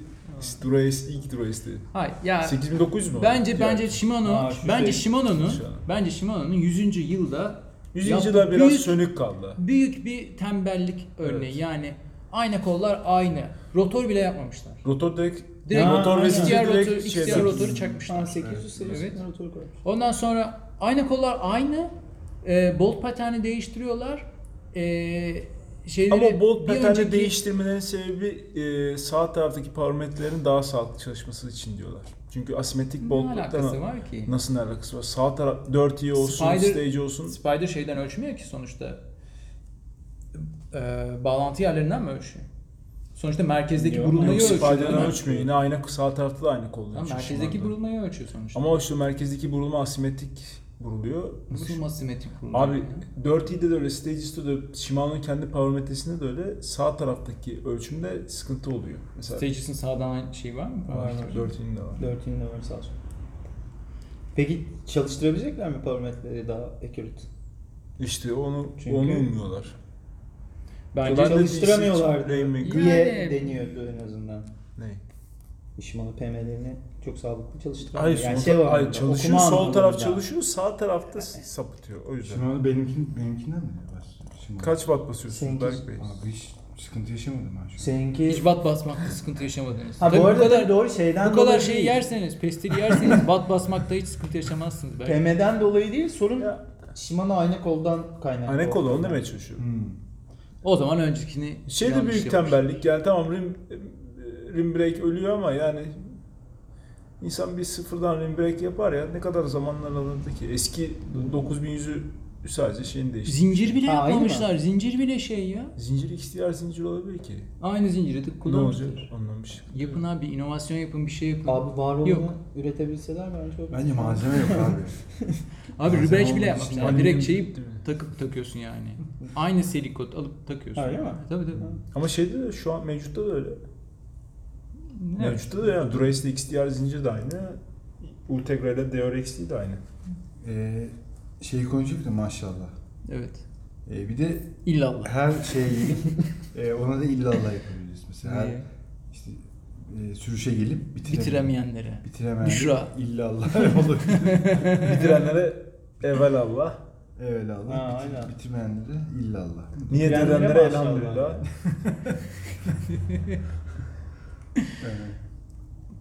Speaker 5: Duraes, ilk Duraes'ti.
Speaker 2: Hayır ya
Speaker 5: 8900 mu?
Speaker 2: bence
Speaker 5: Yani.
Speaker 2: bence Shimano
Speaker 3: Aa, şu
Speaker 2: bence
Speaker 3: şey-
Speaker 2: Shimano'nun
Speaker 5: şu an.
Speaker 2: bence Shimano'nun 100. yılda
Speaker 5: Yüzüncü
Speaker 2: yaptığı
Speaker 5: de biraz
Speaker 2: büyük-
Speaker 5: sönük kaldı.
Speaker 2: büyük bir tembellik örneği.
Speaker 5: Evet.
Speaker 2: Yani aynı kollar aynı. Rotor bile yapmamışlar.
Speaker 5: Rotor direkt,
Speaker 2: Direkt
Speaker 3: Ha,
Speaker 5: motor
Speaker 3: aynen.
Speaker 5: ve
Speaker 2: XTR
Speaker 5: direkt
Speaker 2: rotoru,
Speaker 5: şey
Speaker 2: XTR rotoru çakmışlar.
Speaker 3: Ha 800
Speaker 2: Evet.
Speaker 3: serisinin rotoru koymuş.
Speaker 2: Ondan sonra aynı kollar aynı. E, bolt paterni değiştiriyorlar. E, şeyleri
Speaker 5: Ama bolt
Speaker 2: bir
Speaker 5: paterni
Speaker 2: önceki-
Speaker 5: değiştirmenin sebebi e, sağ taraftaki power metlerin daha sağlıklı çalışması için diyorlar. Çünkü asimetrik
Speaker 2: Ne
Speaker 5: boldluktan
Speaker 2: alakası var ki?
Speaker 5: nasıl ne alakası var? Sağ taraf dirty olsun,
Speaker 2: Spider-
Speaker 5: stage olsun.
Speaker 2: Spider şeyden ölçmüyor ki sonuçta. Ee, bağlantı yerlerinden mi ölçüyor? Sonuçta merkezdeki
Speaker 5: Yok,
Speaker 2: burulmayı ölçüyor. değil mi?
Speaker 5: Spider'dan ölçmüyor. Yine aynı sağ tarafta da aynı kolluyor. şey
Speaker 2: Tamam, merkezdeki burulmayı ölçüyor sonuçta.
Speaker 5: Ama işte merkezdeki burulma asimetrik buruluyor.
Speaker 2: Nasıl asimetrik burulma?
Speaker 5: Abi
Speaker 2: ya?
Speaker 5: Dirty'de de öyle, Stages'te de öyle, Shimano'nun kendi parametresinde de öyle sağ taraftaki ölçümde sıkıntı oluyor. Mesela
Speaker 2: Stages'in sağdan şeyi var mı?
Speaker 5: Var, var, Dirty'nin de var.
Speaker 3: 4'ünün de var sağ olsun. Peki çalıştırabilecekler mi parametreleri daha accurate?
Speaker 5: İşte onu,
Speaker 3: Çünkü-
Speaker 5: onu umuyorlar.
Speaker 2: Bence
Speaker 3: Çok- çalıştıramıyorlardı.
Speaker 5: Rainmaker.
Speaker 3: Diye deniyordu en azından.
Speaker 5: Ne?
Speaker 3: Işımalı PM'lerini çok sağlıklı çalıştıran.
Speaker 5: Hayır,
Speaker 3: yani
Speaker 5: sol-
Speaker 3: şey var.
Speaker 5: hayır
Speaker 3: burada,
Speaker 5: çalışıyor,
Speaker 3: okuma
Speaker 5: sol
Speaker 3: anlamında.
Speaker 5: taraf çalışıyor, sağ tarafta sapıtıyor. O yüzden.
Speaker 4: Şimdi onu benimkin, benimkinden mi? Bas- Şimdi
Speaker 5: Kaç watt basıyorsunuz
Speaker 3: Seninki-
Speaker 5: Berk Bey?
Speaker 4: Abi hiç sıkıntı yaşamadım ben şu an.
Speaker 3: Seninki...
Speaker 2: hiç bat basmakta sıkıntı yaşamadınız.
Speaker 3: Ha
Speaker 2: Tabii
Speaker 3: bu arada
Speaker 2: bu kadar,
Speaker 3: doğru şeyden
Speaker 2: bu kadar şey
Speaker 3: dolayı
Speaker 2: şeyi
Speaker 3: değil.
Speaker 2: yerseniz, pestil yerseniz bat basmakta hiç sıkıntı yaşamazsınız belki.
Speaker 3: PM'den dolayı değil sorun
Speaker 5: Ya.
Speaker 3: Shimano ayna koldan kaynaklı.
Speaker 5: Anne kolu onu
Speaker 3: olduğundan.
Speaker 5: demeye çalışıyorum.
Speaker 4: Hmm.
Speaker 2: O zaman öncekini
Speaker 5: Şey de
Speaker 2: yanlış
Speaker 5: büyük
Speaker 2: yapmış.
Speaker 5: tembellik yani tamam rim, rim break ölüyor ama yani insan bir sıfırdan rim break yapar ya ne kadar zamanlar alırdı ki eski 9100'ü sadece şeyin değişti.
Speaker 2: Zincir bile
Speaker 3: Ha, aynı mı?
Speaker 2: yapmamışlar. Zincir bile şey ya.
Speaker 5: Zincir XDR zincir olabilir ki.
Speaker 2: Aynı zinciri de
Speaker 5: Ne olacak?
Speaker 2: kullanmışlar.
Speaker 5: Anlamış.
Speaker 2: Yapın abi inovasyon yapın bir şey yapın.
Speaker 3: Abi var olanı
Speaker 2: Yok.
Speaker 3: üretebilseler bence çok...
Speaker 4: Bence malzeme yok abi.
Speaker 2: Abi
Speaker 4: Malzeme
Speaker 2: rübeç
Speaker 4: olmadığı
Speaker 2: bile
Speaker 4: için
Speaker 2: yapmamışlar.
Speaker 4: alüminyum
Speaker 5: Hani
Speaker 2: Direkt şeyi
Speaker 5: değil mi?
Speaker 2: takıp takıyorsun yani. Aynı seri kod alıp takıyorsun.
Speaker 3: Öyle mi?
Speaker 2: Tabii tabii.
Speaker 5: Ama şeyde de şu an mevcutta da öyle.
Speaker 2: Evet.
Speaker 5: Mevcutta da yani Durace'de XDR zincir de aynı. Ultegra'da DRXD de aynı.
Speaker 4: ee, şey konuşuyorduk da maşallah.
Speaker 2: evet.
Speaker 4: Ee, bir de
Speaker 2: İllallah.
Speaker 4: her şeyi e, ona da illallah yapabiliriz. Mesela her
Speaker 2: Neyi?
Speaker 4: işte, e, sürüşe gelip bitiremeyen.
Speaker 2: Bitiremeyenlere.
Speaker 4: Bitiremeyen.
Speaker 2: Büşra.
Speaker 4: İllallah olur.
Speaker 5: Bitirenlere evvel Allah.
Speaker 4: Evelallah.
Speaker 3: Ha,
Speaker 4: Bitir-
Speaker 3: aynen.
Speaker 4: bitirmeyenlere illallah.
Speaker 5: Niyet
Speaker 3: Bitirenlere
Speaker 5: edenlere
Speaker 3: maşallah.
Speaker 5: elhamdülillah.
Speaker 4: Evet.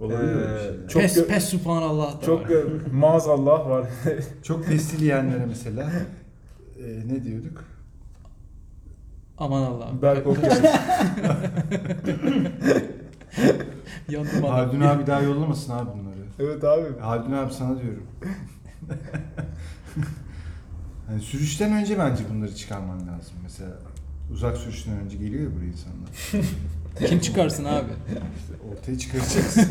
Speaker 5: Olabilir öyle bir
Speaker 4: Ee,
Speaker 5: şey.
Speaker 2: Çok
Speaker 5: Çok
Speaker 2: pes
Speaker 5: gö-
Speaker 2: pes subhanallah da
Speaker 5: çok
Speaker 2: var.
Speaker 5: gö- maazallah var.
Speaker 4: Çok pestil yiyenlere mesela e, ne diyorduk?
Speaker 2: Aman Allah'ım.
Speaker 5: Berk Okyan.
Speaker 2: Yandım adam.
Speaker 4: Haldun abi daha yollamasın abi bunları.
Speaker 5: evet abi.
Speaker 4: Haldun abi sana diyorum. hani sürüşten önce bence bunları çıkarman lazım. Mesela uzak sürüşten önce geliyor ya buraya insanlar.
Speaker 2: Kim çıkarsın abi?
Speaker 4: İşte ortaya çıkaracaksın.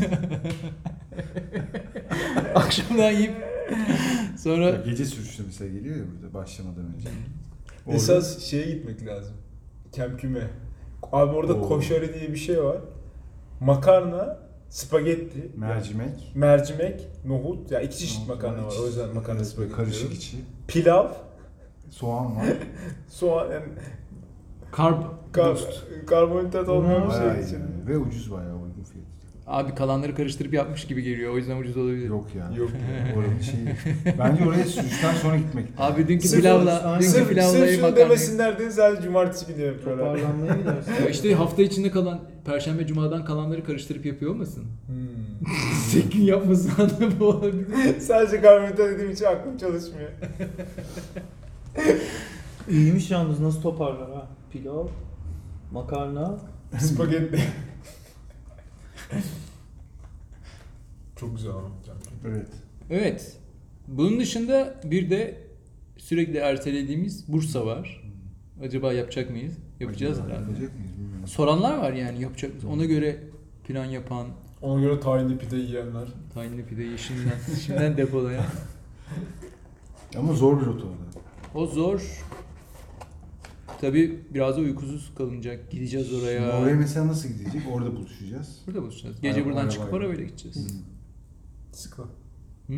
Speaker 2: Akşamdan yiyip sonra
Speaker 4: Gece sürüşte mesela geliyor ya burada başlamadan önce. Orada-
Speaker 5: Esas şeye gitmek lazım. Kemküme. Abi orada
Speaker 4: Oo.
Speaker 5: koşari diye bir şey var. Makarna, spagetti,
Speaker 4: mercimek.
Speaker 5: mercimek, nohut. Ya iki çeşit makarna var.
Speaker 4: İki-
Speaker 5: O yüzden makarna
Speaker 4: Evet,
Speaker 5: spagetti.
Speaker 4: Karışık
Speaker 5: diyorum.
Speaker 4: içi.
Speaker 5: Pilav,
Speaker 4: Soğan
Speaker 5: Şey
Speaker 4: var.
Speaker 5: soğan, yani
Speaker 2: karb.
Speaker 5: kar-
Speaker 4: Dost.
Speaker 5: karbonhidrat olmayan bir
Speaker 4: bayağı
Speaker 5: şey
Speaker 4: iyi.
Speaker 5: için.
Speaker 4: yani. Ve ucuz bayağı uygun fiyatı.
Speaker 2: Abi kalanları karıştırıp yapmış gibi geliyor. O yüzden ucuz olabilir.
Speaker 4: Yok yani.
Speaker 5: Yok.
Speaker 4: Oranın şeyi. Bence oraya sürüşten sonra gitmek.
Speaker 2: Abi dünkü
Speaker 5: Sırf-
Speaker 2: pilavla, dünkü
Speaker 5: Sırf,
Speaker 2: pilavla
Speaker 5: sırf şunu
Speaker 2: makarna.
Speaker 5: demesinler diye sadece cumartesi günü yapıyorlar.
Speaker 3: Toparlanmaya
Speaker 2: Ya
Speaker 3: gidersin.
Speaker 2: işte hafta içinde kalan, perşembe cumadan kalanları karıştırıp yapıyor olmasın?
Speaker 5: Hmm.
Speaker 2: Tek gün yapması anlamı olabilir.
Speaker 5: Sadece karbonhidrat dediğim için aklım çalışmıyor.
Speaker 3: İyiymiş yalnız nasıl toparlar ha? Pilav, makarna,
Speaker 5: Spagetti. Çok güzel anlatacağım.
Speaker 4: Evet.
Speaker 2: Evet. Bunun dışında bir de sürekli ertelediğimiz Bursa var. Acaba yapacak mıyız? Yapacağız
Speaker 4: Acaba
Speaker 2: herhalde.
Speaker 4: Yapacak mıyız bilmiyorum.
Speaker 2: Soranlar var yani yapacak mıyız? Ona göre plan yapan,
Speaker 5: Ona göre tayinli pide yiyenler.
Speaker 2: tayinli pideyi şimdiden, şimdiden depolayan.
Speaker 4: Ama zor bir rota orada.
Speaker 2: O zor. Tabi biraz da uykusuz kalınacak. Gideceğiz
Speaker 4: Şimdi
Speaker 2: oraya.
Speaker 4: oraya mesela nasıl gidecek? Orada buluşacağız. Hmm.
Speaker 2: Burada buluşacağız. Gece
Speaker 4: Araba-
Speaker 2: buradan
Speaker 4: araba-
Speaker 2: çıkıp
Speaker 4: araba.
Speaker 2: arabayla gideceğiz.
Speaker 5: Sıkı.
Speaker 2: Hı?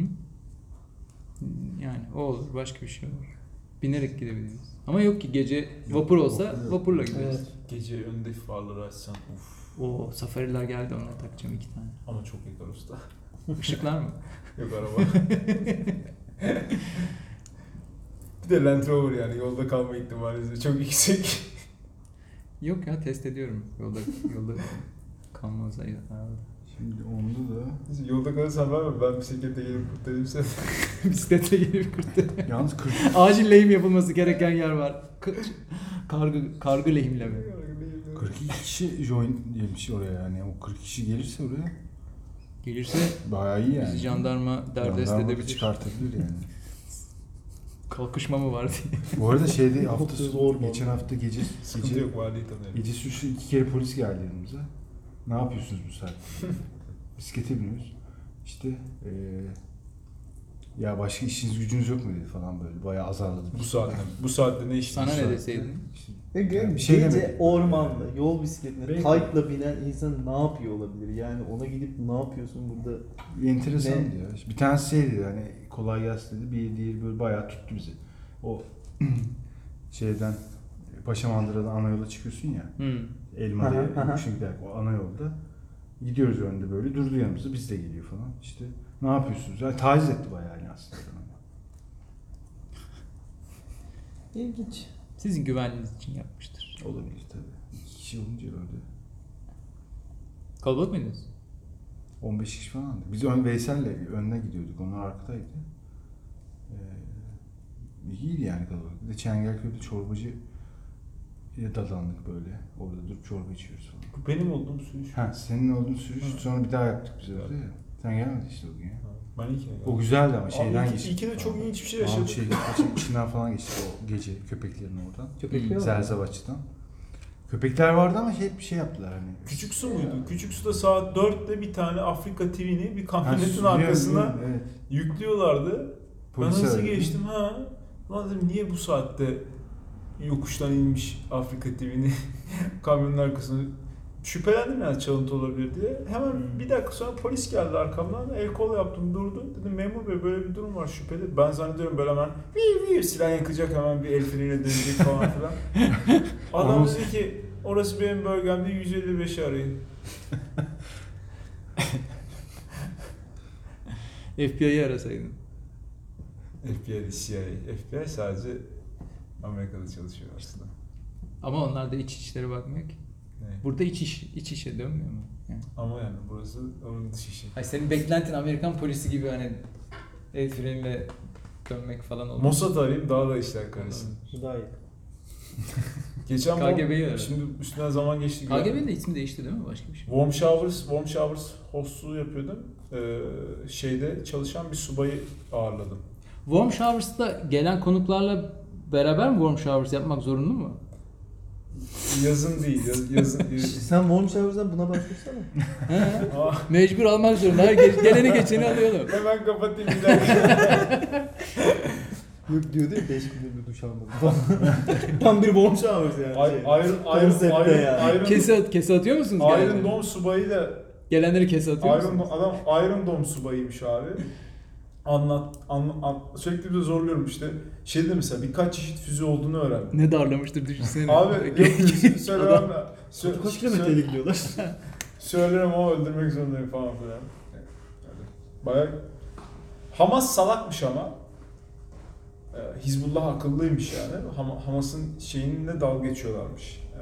Speaker 2: Yani o olur. Başka bir şey olur. Binerek gidebiliriz. Ama yok ki gece vapur olsa
Speaker 4: vapur yok.
Speaker 2: vapurla gideriz.
Speaker 3: Evet.
Speaker 5: Gece önde farları açsan uf.
Speaker 2: Oo safariler geldi onlara takacağım iki tane.
Speaker 5: Ama çok yakar usta.
Speaker 2: Işıklar mı?
Speaker 5: Yok araba. bir de Land Rover yani yolda kalma ihtimali de çok yüksek.
Speaker 2: Yok ya test ediyorum. Yolda yolda kalmaz ayı.
Speaker 4: Şimdi onda da...
Speaker 5: Neyse, yolda kalırsan var mı? Ben bisiklete gelip kurtarayım seni.
Speaker 2: Bisikletle gelip kurtar.
Speaker 4: Yalnız 40
Speaker 2: Acil lehim yapılması gereken yer var. Ka- Kargı kargı lehimleme.
Speaker 4: 42 kişi join yemiş oraya yani. O 40 kişi gelirse oraya
Speaker 2: Gelirse
Speaker 4: Bayağı iyi yani.
Speaker 2: bizi jandarma derdest
Speaker 4: Jandarma da
Speaker 2: edebilir.
Speaker 4: çıkartabilir yani.
Speaker 2: Kalkışma mı var diye.
Speaker 4: Bu arada şeyde hafta
Speaker 3: Çok zor bu.
Speaker 4: geçen hafta gece
Speaker 5: Sıkıntı
Speaker 4: gece
Speaker 5: yok valiyi tanıyorum.
Speaker 4: gece suçu iki kere polis geldi yanımıza. Ne yapıyorsunuz bu saatte? Bisiklete biniyoruz. İşte eee, ya başka işiniz gücünüz yok mu dedi falan böyle. Bayağı azarladı.
Speaker 5: Bu saatte, bu saatte ne işin?
Speaker 2: Sana
Speaker 5: var?
Speaker 2: ne deseydin?
Speaker 4: İşte
Speaker 3: Gece
Speaker 4: bir şey demedim.
Speaker 3: ormanda yol bisikletine
Speaker 5: Belki-
Speaker 3: tight'la binen insan ne yapıyor olabilir? Yani ona gidip ne yapıyorsun burada?
Speaker 4: Enteresan
Speaker 3: Ne?
Speaker 4: diyor. Bir tanesi şey dedi hani kolay gelsin dedi. Bir diğeri böyle bayağı tuttu bizi. O şeyden Paşa Mandıra'dan ana yola çıkıyorsun ya.
Speaker 2: Hmm.
Speaker 4: Elmalı'ya
Speaker 3: Aha, aha.
Speaker 4: yokuşa giderken o ana yolda. Gidiyoruz önde böyle durdu yanımızda biz de geliyor falan. İşte ne yapıyorsunuz? Yani taciz etti bayağı yani aslında.
Speaker 3: İlginç.
Speaker 2: Sizin güvenliğiniz için yapmıştır.
Speaker 4: Olabilir tabii. İki kişi olunca öyle.
Speaker 2: Kalabalık mıydınız?
Speaker 4: 15 kişi falandı. Biz ön Veysel'le önüne gidiyorduk. Onlar arkadaydı. Ee, iyiydi yani kalabalık. Bir de Çengelköy'de çorbacı dadandık böyle. Orada durup çorba içiyoruz falan.
Speaker 5: Bu benim olduğum sürüş.
Speaker 4: Ha senin olduğun sürüş
Speaker 5: Hı.
Speaker 4: sonra bir daha yaptık biz orada ya. Sen gelmedin işte o gün ya.
Speaker 5: Ben ilkine geldim.
Speaker 4: O güzeldi ama şeyden
Speaker 5: Abi,
Speaker 4: geçtik.
Speaker 5: ilk- ilkine çok
Speaker 4: falan.
Speaker 5: ilginç bir şey
Speaker 4: Tamam,
Speaker 5: yaşadık.
Speaker 4: şey, kaçın- içinden falan geçtik o gece köpeklerin oradan.
Speaker 3: Köpekli
Speaker 2: Hmm,
Speaker 3: var.
Speaker 4: Zerzavatçı'dan. Köpekler vardı ama şey, bir şey yaptılar hani.
Speaker 5: Küçük su muydu? Küçük suda saat 4'te bir tane Afrika TV'ni bir
Speaker 4: Ha,
Speaker 5: kamyonetin
Speaker 4: sürüyor,
Speaker 5: arkasına
Speaker 4: değil mi? evet.
Speaker 5: yüklüyorlardı. ben hızlı
Speaker 4: aradı.
Speaker 5: geçtim ha. Lan dedim niye bu saatte yokuştan inmiş Afrika TV'ni kamyonun arkasına şüphelendim yani çalıntı olabilir diye. Hemen
Speaker 2: Hmm.
Speaker 5: bir dakika sonra polis geldi arkamdan. El kol yaptım durdu. Dedim memur bey böyle bir durum var şüpheli. Ben zannediyorum böyle hemen viv viv silah yakacak hemen bir el freniyle dönecek falan filan. Adam
Speaker 4: Onun-
Speaker 5: dedi ki orası benim bölgemde 155 arayın.
Speaker 2: FBI'yi arasaydın.
Speaker 5: FBI, CIA, FBI sadece Amerika'da çalışıyor aslında.
Speaker 2: Ama onlar da iç içlere bakmıyor ki.
Speaker 5: Ne?
Speaker 2: Burada iç, iş, iç işe dönmüyor mu? Yani.
Speaker 5: Ama yani burası onun dış işi.
Speaker 2: Ay senin beklentin Amerikan polisi gibi hani el freniyle dönmek falan olmaz.
Speaker 5: Mossad arayayım daha da işler karışsın.
Speaker 3: Şu daha iyi.
Speaker 5: Geçen
Speaker 2: KGB'yi
Speaker 5: KGB'yi
Speaker 2: ara.
Speaker 5: Şimdi üstünden zaman geçti. güya.
Speaker 2: KGB'nin de ismi değişti değil mi? Başka bir şey.
Speaker 5: Warm Showers, Warm Showers hostluğu yapıyordum. Ee, şeyde çalışan bir subayı ağırladım.
Speaker 2: Warm Showers'ta gelen konuklarla beraber mi Warm Showers yapmak zorunlu mu?
Speaker 5: Yazın değil, yaz, yazın.
Speaker 3: Sen Warm Showers'dan buna başvursana.
Speaker 2: He?
Speaker 5: Aa,
Speaker 2: Mecbur almak zorunda. Her ge- geleni geçeni alıyorlar.
Speaker 5: hemen kapatayım bir dakika.
Speaker 3: Yok diyor değil mi? 5 gündür bir duş almadım. Tam bir Warm Showers yani.
Speaker 5: Ay-
Speaker 3: şey.
Speaker 5: Iron,
Speaker 3: Konsepte
Speaker 5: Iron,
Speaker 3: yani.
Speaker 5: Iron, Iron,
Speaker 2: Kese, kese atıyor musunuz?
Speaker 5: Iron
Speaker 2: gelenleri?
Speaker 5: Dome subayı da
Speaker 2: Gelenleri kese atıyor
Speaker 5: Iron
Speaker 2: musunuz?
Speaker 5: Dome, adam Iron Dome subayıymış abi. Anlat, an, an- sürekli bir de zorluyorum işte. Şeyde mesela birkaç çeşit füze olduğunu öğrendim.
Speaker 2: Ne darlamıştır düşünsene.
Speaker 5: Abi yok söylemem. sö-
Speaker 3: Kaç
Speaker 5: sö-
Speaker 3: kilometreyle gidiyorlar?
Speaker 5: Söylerim ama öldürmek zorundayım falan filan. Baya Hamas salakmış ama. Ee, Hizbullah akıllıymış yani. Ham- Hamas'ın şeyinle dalga geçiyorlarmış. Ee,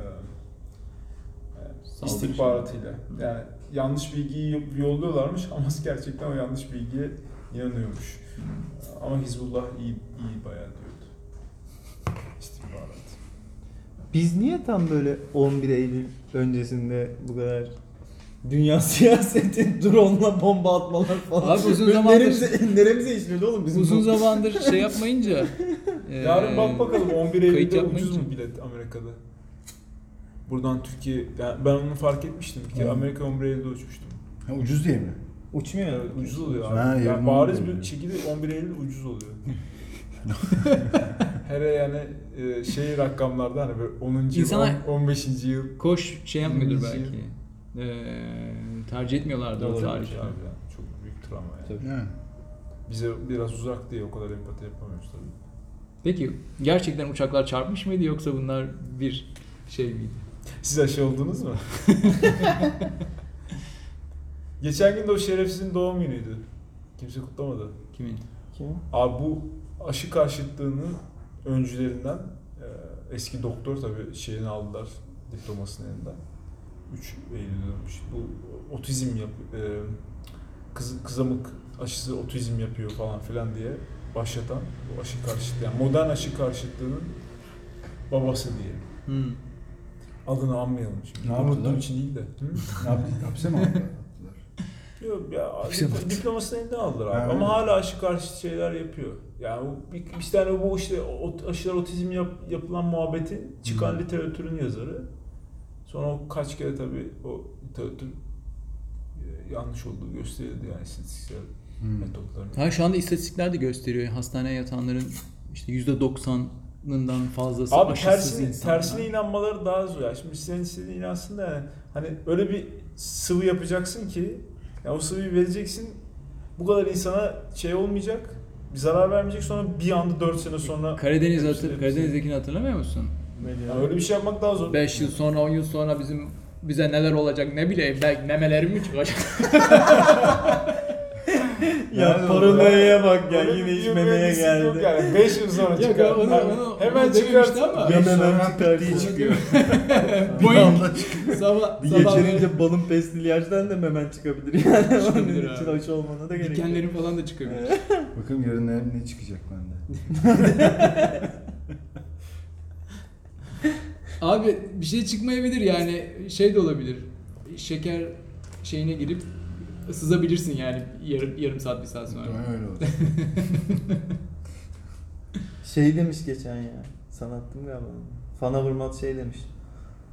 Speaker 5: e, istihbaratıyla. Yani yanlış bilgiyi yolluyorlarmış. Hamas gerçekten o yanlış bilgiye inanıyormuş. Ee, Ama Hizbullah iyi, iyi bayağı diyordu. İstihbarat.
Speaker 3: Biz niye tam böyle 11 Eylül öncesinde bu kadar dünya siyaseti drone'la bomba atmalar falan.
Speaker 2: Abi uzun
Speaker 3: Böyle
Speaker 2: zamandır-
Speaker 3: Neremize, neremize işliyordu oğlum bizim
Speaker 2: Uzun
Speaker 3: bu-
Speaker 2: zamandır şey yapmayınca.
Speaker 5: Yarın
Speaker 4: Ee,
Speaker 5: bak bakalım 11
Speaker 2: kayıt
Speaker 5: Eylül'de
Speaker 2: yapmayın
Speaker 5: ucuz
Speaker 2: ki.
Speaker 5: mu bilet Amerika'da? Buradan Türkiye, yani ben onu fark etmiştim bir kere.
Speaker 4: Hı.
Speaker 5: Amerika 11 Eylül'de uçmuştum.
Speaker 4: Ha, ucuz diye mi?
Speaker 3: Uçmuyor ya.
Speaker 5: Evet, ucuz oluyor abi.
Speaker 4: Ha, yarın
Speaker 5: yani bariz
Speaker 4: 11 Eylül.
Speaker 5: bir şekilde 11 Eylül ucuz oluyor. Her ay yani e, şey rakamlarda hani böyle 10.
Speaker 2: İnsana-
Speaker 5: yıl, 15. yıl.
Speaker 2: Koş şey yapmıyordur
Speaker 5: Yirmi
Speaker 2: belki. Ee, tercih etmiyorlardı o
Speaker 5: Olabilir abi
Speaker 2: tarihleri.
Speaker 5: ya. Çok büyük travma yani.
Speaker 3: Tabii.
Speaker 4: Yani.
Speaker 5: Bize biraz uzak diye o kadar empati yapamıyoruz tabii.
Speaker 2: Peki gerçekten uçaklar çarpmış mıydı yoksa bunlar bir şey miydi?
Speaker 5: Siz aşı oldunuz mu? Geçen gün de o şerefsizin doğum günüydü. Kimse kutlamadı.
Speaker 2: Kimin?
Speaker 3: Kim?
Speaker 5: Abi bu aşı karşıtlığının öncülerinden e, eski doktor tabii şeyini aldılar diplomasını elinden. 3 Eylül dönmüş. Bu otizm yap e, kız, kızamık aşısı otizm yapıyor falan filan diye başlatan bu aşı karşıtlığı. Yani modern aşı karşıtlığının babası diyelim.
Speaker 2: Hmm.
Speaker 5: Adını anmayalım şimdi.
Speaker 4: Ne yaptılar?
Speaker 5: Unuttuğum için değil de. Hı?
Speaker 4: Ne yaptı? Hapse mi aldılar?
Speaker 5: Yo,
Speaker 8: Yok ya
Speaker 9: Bize
Speaker 8: dip-
Speaker 9: baktı.
Speaker 8: diplomasını elinden aldılar abi.
Speaker 4: Ha, öyle.
Speaker 8: Ama hala aşı karşı şeyler yapıyor. Yani bu bir, bir tane bu işte o- aşılar otizm yap, yapılan muhabbetin çıkan literatürün yazarı. Sonra o kaç kere tabii o literatür e, yanlış olduğu gösterildi yani istatistiksel
Speaker 4: Hmm.
Speaker 8: metotların.
Speaker 9: Ha, şu anda istatistikler de gösteriyor. Hastaneye yatanların işte %90'ından fazlası
Speaker 8: Abi
Speaker 9: aşısız
Speaker 8: tersine,
Speaker 9: insanlar.
Speaker 8: tersine inanmaları daha zor. Yani şimdi senin istediğin inansın da yani hani öyle bir sıvı yapacaksın ki yani o sıvıyı vereceksin bu kadar insana şey olmayacak bir zarar vermeyecek sonra bir anda 4 sene sonra
Speaker 9: Karadeniz
Speaker 8: Hepsi-
Speaker 9: hatır,
Speaker 8: hepsi-
Speaker 9: Karadeniz'dekini hatırlamıyor musun?
Speaker 8: yani öyle bir şey yapmak daha zor.
Speaker 9: 5 yıl sonra 10 yıl sonra bizim bize neler olacak ne bileyim belki memelerim mi çıkacak?
Speaker 4: Ya
Speaker 3: Paranoya'ya bak ya
Speaker 5: Öyle
Speaker 3: yine
Speaker 5: bir
Speaker 3: iş
Speaker 5: güven
Speaker 3: memeye
Speaker 5: riski yok
Speaker 3: geldi.
Speaker 5: Yani 5 yıl sonra
Speaker 9: Yok,
Speaker 5: çıkar.
Speaker 9: onu-
Speaker 5: Yani
Speaker 9: onu-
Speaker 5: hemen
Speaker 9: onu demişti
Speaker 5: çıkarsın.
Speaker 9: ama.
Speaker 4: Ben
Speaker 3: Beş sonra
Speaker 4: hemen pıt diye
Speaker 3: çıkarsa-
Speaker 4: çıkıyor. bir
Speaker 9: Boing.
Speaker 4: anda çıkıyor.
Speaker 9: sabah
Speaker 3: Bir geçirince balın pestiliyajdan da memen çıkabilir yani.
Speaker 2: Çıkabilir
Speaker 3: Onun için
Speaker 2: abi.
Speaker 3: aşı olmana da gerek yok.
Speaker 2: Dikenlerin falan da çıkabilir.
Speaker 4: Bakın yarın ne- ne çıkacak bende.
Speaker 2: Abi bir şey çıkmayabilir yani şey de olabilir. Şeker şeyine girip sızabilirsin yani yarım, yarım saat bir saat sonra.
Speaker 4: Muhtemelen öyle olacak.
Speaker 3: Şey demiş geçen ya. Sen attın galiba. Fana vurmat şey demiş.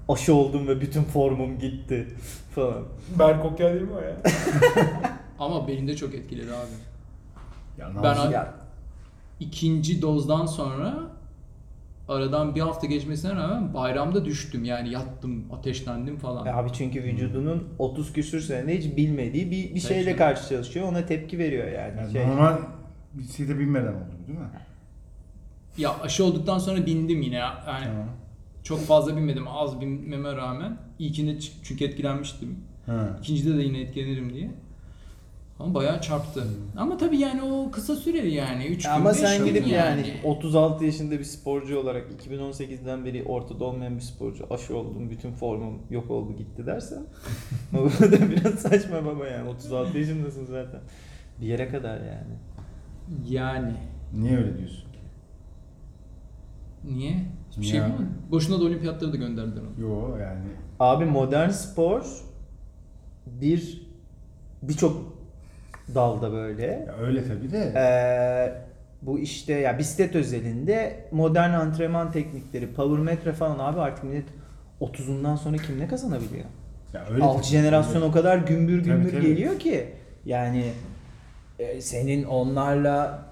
Speaker 3: Aşı oldum ve bütün formum gitti falan.
Speaker 5: Berk Okyay değil mi o ya?
Speaker 2: Ama belinde çok etkiledi abi.
Speaker 4: Ya
Speaker 2: Ben
Speaker 4: Nazlı-
Speaker 3: Ya.
Speaker 2: İkinci dozdan sonra aradan bir hafta geçmesine rağmen bayramda düştüm yani yattım ateşlendim falan.
Speaker 3: Abi çünkü vücudunun 30 küsür sene hiç bilmediği bir, bir şeyle
Speaker 2: Tabii.
Speaker 3: karşı çalışıyor. Ona tepki veriyor yani.
Speaker 4: yani
Speaker 3: şey.
Speaker 4: normal bir şey de bilmeden oldu değil mi?
Speaker 2: Ya aşı olduktan sonra bindim yine yani
Speaker 4: Tamam.
Speaker 2: çok fazla binmedim az binmeme rağmen. İlkinde çı- çünkü etkilenmiştim.
Speaker 4: Ha.
Speaker 2: İkincide de yine etkilenirim diye. Ama bayağı çarptı. Ama tabii yani o kısa süreli yani. 3 gün
Speaker 3: Ama
Speaker 2: beş
Speaker 3: sen
Speaker 2: gün
Speaker 3: gidip şey yani 36 yaşında bir sporcu olarak 2018'den beri ortada olmayan bir sporcu aşı oldum bütün formum yok oldu gitti dersen o da biraz saçma baba yani 36 yaşındasın zaten. Bir yere kadar yani.
Speaker 2: Yani.
Speaker 4: Niye öyle diyorsun?
Speaker 2: Niye? Hiçbir şey
Speaker 4: Ya.
Speaker 2: yapamadı. Boşuna da olimpiyatları da gönderdiler onu.
Speaker 4: Yo yani
Speaker 3: Abi modern spor bir birçok dalda böyle.
Speaker 4: ya öyle tabii de.
Speaker 3: Ee, bu işte ya bisiklet özelinde modern antrenman teknikleri, power metre falan abi artık millet 30'undan sonra kim ne kazanabiliyor?
Speaker 4: Ya öyle
Speaker 3: Alt
Speaker 4: tabii.
Speaker 3: jenerasyon o kadar gümbür
Speaker 4: Tabii,
Speaker 3: gümbür
Speaker 4: tabii.
Speaker 3: geliyor ki yani e, senin onlarla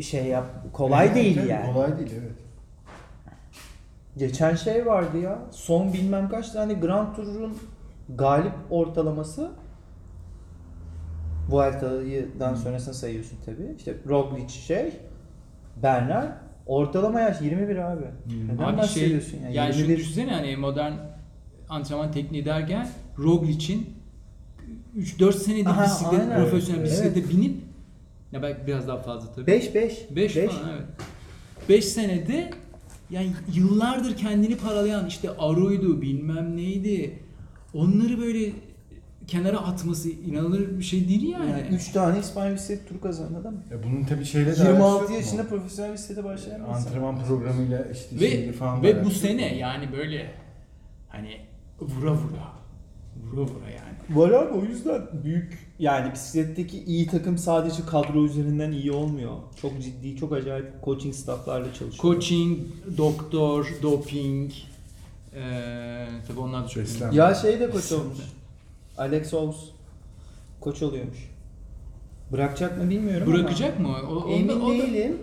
Speaker 3: şey yap kolay
Speaker 4: Evet,
Speaker 3: değil
Speaker 4: tabii,
Speaker 3: yani.
Speaker 4: Kolay değil evet.
Speaker 3: Geçen şey vardı ya. Son bilmem kaç tane Grand Tour'un galip ortalaması Vuelta'dan sonrasını sayıyorsun tabii. İşte Roglic şey, Bernal ortalama yaş 21 Hmm. abi. Neden
Speaker 2: Abi şey,
Speaker 3: bahsediyorsun
Speaker 2: yani,
Speaker 3: yani?
Speaker 2: şunu
Speaker 3: 21
Speaker 2: düşünsene hani modern antrenman tekniği derken Roglic'in 3-4 senedir
Speaker 3: Aha,
Speaker 2: bisiklet,
Speaker 3: aynen.
Speaker 2: profesyonel
Speaker 3: Evet.
Speaker 2: bisiklete binip ya belki biraz daha fazla tabii.
Speaker 3: 5 5
Speaker 2: 5 falan evet. 5 senede yani yıllardır kendini paralayan işte Aro'ydu bilmem neydi. Onları böyle kenara atması inanılır bir şey değil yani.
Speaker 3: yani 3 tane İspanyol bisiklet turu kazanan adam.
Speaker 4: Ya bunun tabii şeyle de alakası yok
Speaker 3: 26
Speaker 4: mu?
Speaker 3: yaşında profesyonel bisiklete başlayan bir insan.
Speaker 4: antrenman programıyla işte
Speaker 2: ve
Speaker 4: şeyle falan da
Speaker 2: ve bu
Speaker 4: alakası
Speaker 2: sene
Speaker 4: yok.
Speaker 2: yani böyle hani vura vura vura vura yani.
Speaker 3: Var abi o yüzden büyük yani bisikletteki iyi takım sadece kadro üzerinden iyi olmuyor. Çok ciddi, çok acayip coaching stafflarla çalışıyor.
Speaker 2: Coaching, doktor, doping eee tabii onlar da çok
Speaker 4: Beslenme.
Speaker 3: Ya şey de koç olmuş. Alex Owens koç oluyormuş. Bırakacak mı bilmiyorum
Speaker 2: Bırakacak mı? O,
Speaker 3: ama.
Speaker 2: onda,
Speaker 3: Emin
Speaker 2: onda,
Speaker 3: değilim.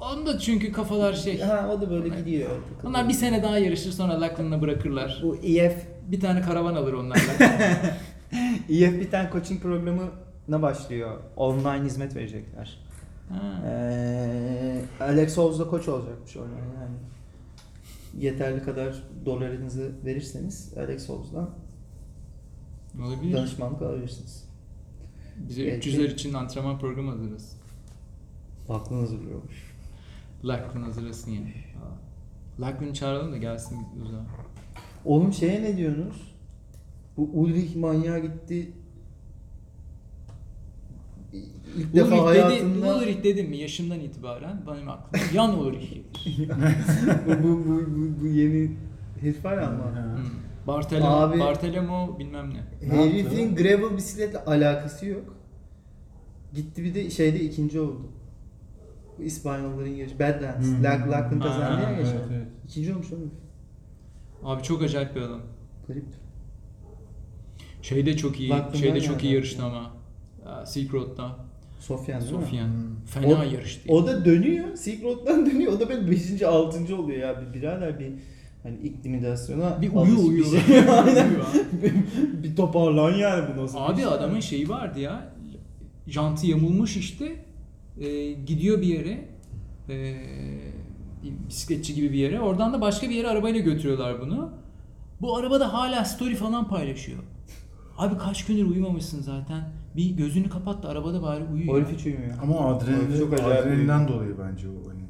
Speaker 2: onda çünkü kafalar şey.
Speaker 3: Ha o da böyle gidiyor. takılıyor.
Speaker 2: Onlar bir sene daha yarışır sonra Lachlan'la bırakırlar.
Speaker 3: bu E EF
Speaker 2: Bir tane karavan alır onlarla.
Speaker 3: EF E bir tane coaching programına başlıyor. Online hizmet verecekler.
Speaker 2: Ha.
Speaker 3: Ee, Alex Oğuz da koç olacakmış orada yani. Yeterli kadar dolarınızı verirseniz Alex Oğuz'dan
Speaker 2: Olabilir.
Speaker 3: danışmanlık alabilirsiniz.
Speaker 2: Bize
Speaker 3: Belki.
Speaker 2: 300'ler için antrenman programı hazırlasın.
Speaker 3: Aklınız duruyormuş.
Speaker 2: Lachlan hazırlasın yani. Lachlan'ı çağıralım da gelsin uzağa.
Speaker 3: Oğlum şeye ne diyorsunuz? Bu Ulrich manyağa gitti. İlk defa
Speaker 2: Ulrich, dedi,
Speaker 3: hayatımda
Speaker 2: Ulrich dedim mi yaşımdan itibaren benim aklıma Jan Ulrich gelir.
Speaker 3: bu, bu, bu, bu, bu yeni herif var ya ama.
Speaker 4: Ha.
Speaker 2: Hmm. Bartelemo,
Speaker 3: Abi-
Speaker 2: Bartelemo bilmem ne.
Speaker 4: Ne
Speaker 3: Herifin
Speaker 4: yaptı?
Speaker 3: gravel bisikletle alakası yok. Gitti bir de şeyde ikinci oldu. Bu İspanyolların yarışı. Badlands.
Speaker 4: Hmm.
Speaker 3: Lark Lark'ın
Speaker 2: Ha,
Speaker 3: kazandı ya
Speaker 2: evet,
Speaker 3: yarışı.
Speaker 4: Evet, evet.
Speaker 3: İkinci olmuş oğlum.
Speaker 2: Abi çok acayip bir adam.
Speaker 3: Garip.
Speaker 2: Şeyde çok iyi,
Speaker 3: Baktım ben
Speaker 2: şeyde çok iyi
Speaker 3: yani.
Speaker 2: yarıştı ama. Aa, Silk Road'da.
Speaker 3: Sofyan değil mi?
Speaker 2: Sofyan.
Speaker 4: Hmm.
Speaker 2: Fena
Speaker 3: O-
Speaker 2: yarıştı.
Speaker 3: O da dönüyor. Silk Road'dan dönüyor. O da böyle 5. 6. oluyor ya. Bir birader bir hani iklimidasyona
Speaker 2: bir uyu
Speaker 3: alış-
Speaker 2: uyu.
Speaker 3: Bir, şey. Aynen.
Speaker 2: Uyu abi.
Speaker 3: Bir- bir toparlan yani bunu. o zaman.
Speaker 2: Abi adamın şeyi vardı ya. Jantı yamulmuş işte. Ee, gidiyor bir yere. Ee, bisikletçi gibi bir yere. Oradan da başka bir yere arabayla götürüyorlar bunu. Bu arabada hala story falan paylaşıyor. Abi kaç gündür uyumamışsın zaten. Bir gözünü kapat da arabada bari uyu.
Speaker 3: O
Speaker 2: ya.
Speaker 3: herif hiç uyumuyor.
Speaker 4: Ama o adrenalin,
Speaker 3: Çok acayip.
Speaker 4: adrenalinden dolayı bence o hani.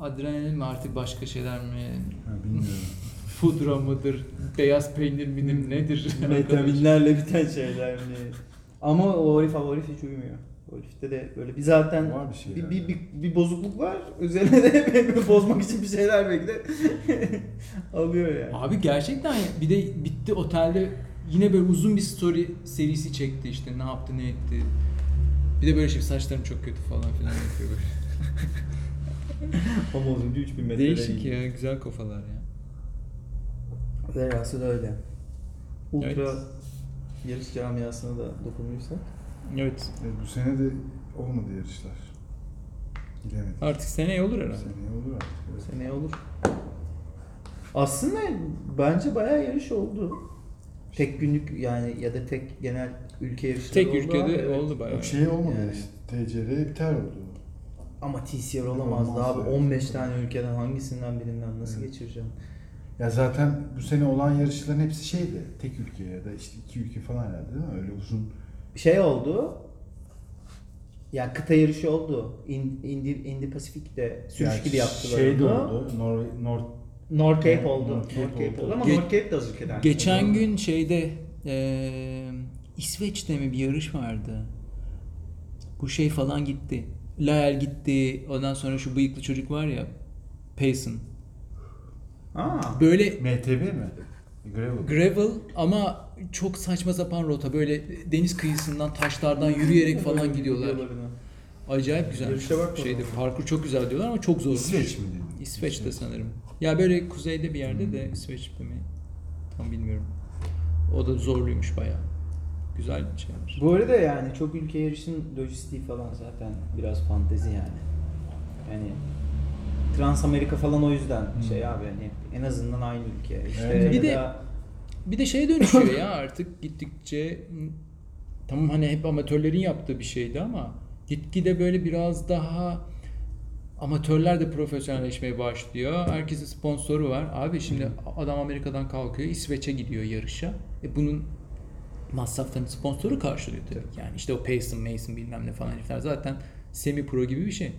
Speaker 2: Adrenalin mi artık başka şeyler mi?
Speaker 4: Ha, bilmiyorum.
Speaker 2: Pudra mıdır? Beyaz peynir midir? Nedir?
Speaker 3: Vitaminlerle biten şeyler mi? Ama o herif o herif hiç uyumuyor. O herifte de böyle bir zaten
Speaker 4: Var bir şey şeyler
Speaker 3: bir, bir,
Speaker 4: ya.
Speaker 3: bir, bir bozukluk var. Üzerine de bozmak için bir şeyler belki de alıyor yani.
Speaker 2: Abi gerçekten ya. bir de bitti otelde yine böyle uzun bir story serisi çekti işte ne yaptı ne etti. Bir de böyle şey saçlarım çok kötü falan filan yapıyor böyle.
Speaker 3: Ama az önce 3000 metre
Speaker 2: Değişik ya güzel kafalar ya.
Speaker 3: Velhasıl öyle. Ultra
Speaker 2: Evet.
Speaker 3: yarış camiasına da dokunmuşsak.
Speaker 2: Evet
Speaker 4: Evet, E, bu sene de olmadı yarışlar. Gidemedik.
Speaker 2: artık seneye olur
Speaker 4: Bu
Speaker 2: herhalde.
Speaker 4: seneye olur artık. Evet.
Speaker 3: Seneye olur. Aslında bence bayağı yarış oldu. Tek günlük yani ya da tek genel ülke yarışları
Speaker 2: Tek
Speaker 3: oldu
Speaker 2: ülkede
Speaker 3: abi, evet.
Speaker 2: oldu bayağı.
Speaker 4: Yok şey olmadı
Speaker 3: Yani.
Speaker 4: işte. TCR iptal oldu.
Speaker 3: Ama TCR olamazdı
Speaker 4: Olmaz
Speaker 3: abi.
Speaker 4: yani.
Speaker 3: 15 tane ülkeden hangisinden birinden nasıl
Speaker 4: Evet.
Speaker 3: geçireceğim?
Speaker 4: Ya zaten bu sene olan yarışların hepsi şeydi. Tek ülke ya da işte iki ülke falan herhalde değil mi? Öyle uzun.
Speaker 3: Şey oldu. Ya kıta yarışı oldu. İn- Indi, Indi Pasifik'te sürüş
Speaker 4: Yani
Speaker 3: gibi yaptılar.
Speaker 4: Şey de
Speaker 3: onu.
Speaker 4: oldu. Nor, Nor,
Speaker 3: North Cape oldu. North
Speaker 4: North Cape
Speaker 3: Cape
Speaker 4: oldu.
Speaker 3: oldu ama
Speaker 2: Ge-
Speaker 3: North Cape de az ülkeden.
Speaker 2: Geçen gün şeyde eee İsveç'te mi bir yarış vardı? Bu şey falan gitti. Lael gitti. Ondan sonra şu bıyıklı çocuk var ya. Payson.
Speaker 3: Aa.
Speaker 2: Böyle
Speaker 4: MTB mi? Gravel.
Speaker 2: Gravel ama çok saçma sapan rota. Böyle deniz kıyısından, taşlardan yürüyerek falan gidiyorlar. Acayip güzel.
Speaker 3: Görüşe bakmadım.
Speaker 2: Şeydi, parkur çok güzel diyorlar ama çok zor.
Speaker 4: İsveç mi dedin?
Speaker 2: İsveç'te
Speaker 4: İsveç.
Speaker 2: sanırım. Ya böyle kuzeyde bir yerde de İsveç'te mi? Tam bilmiyorum. O da zorluymuş bayağı. Güzel bir şeyler.
Speaker 3: Bu arada yani çok ülke yarışın lojistiği falan zaten biraz fantezi yani. Yani Trans Amerika falan o yüzden şey abi hani en azından aynı ülke. İşte
Speaker 4: Hmm. Evet.
Speaker 2: Bir de-
Speaker 3: ya da-
Speaker 2: Bir de şeye dönüşüyor ya artık gittikçe m, tamam hani hep amatörlerin yaptığı bir şeydi ama gitgide böyle biraz daha amatörler de profesyonelleşmeye başlıyor. Herkesin sponsoru var. Abi şimdi adam Amerika'dan kalkıyor, İsveç'e gidiyor yarışa. E bunun masraflarını sponsoru karşılıyor tabii ki. Yani işte o Payson, Mason bilmem ne falan herifler zaten semi pro gibi bir şey.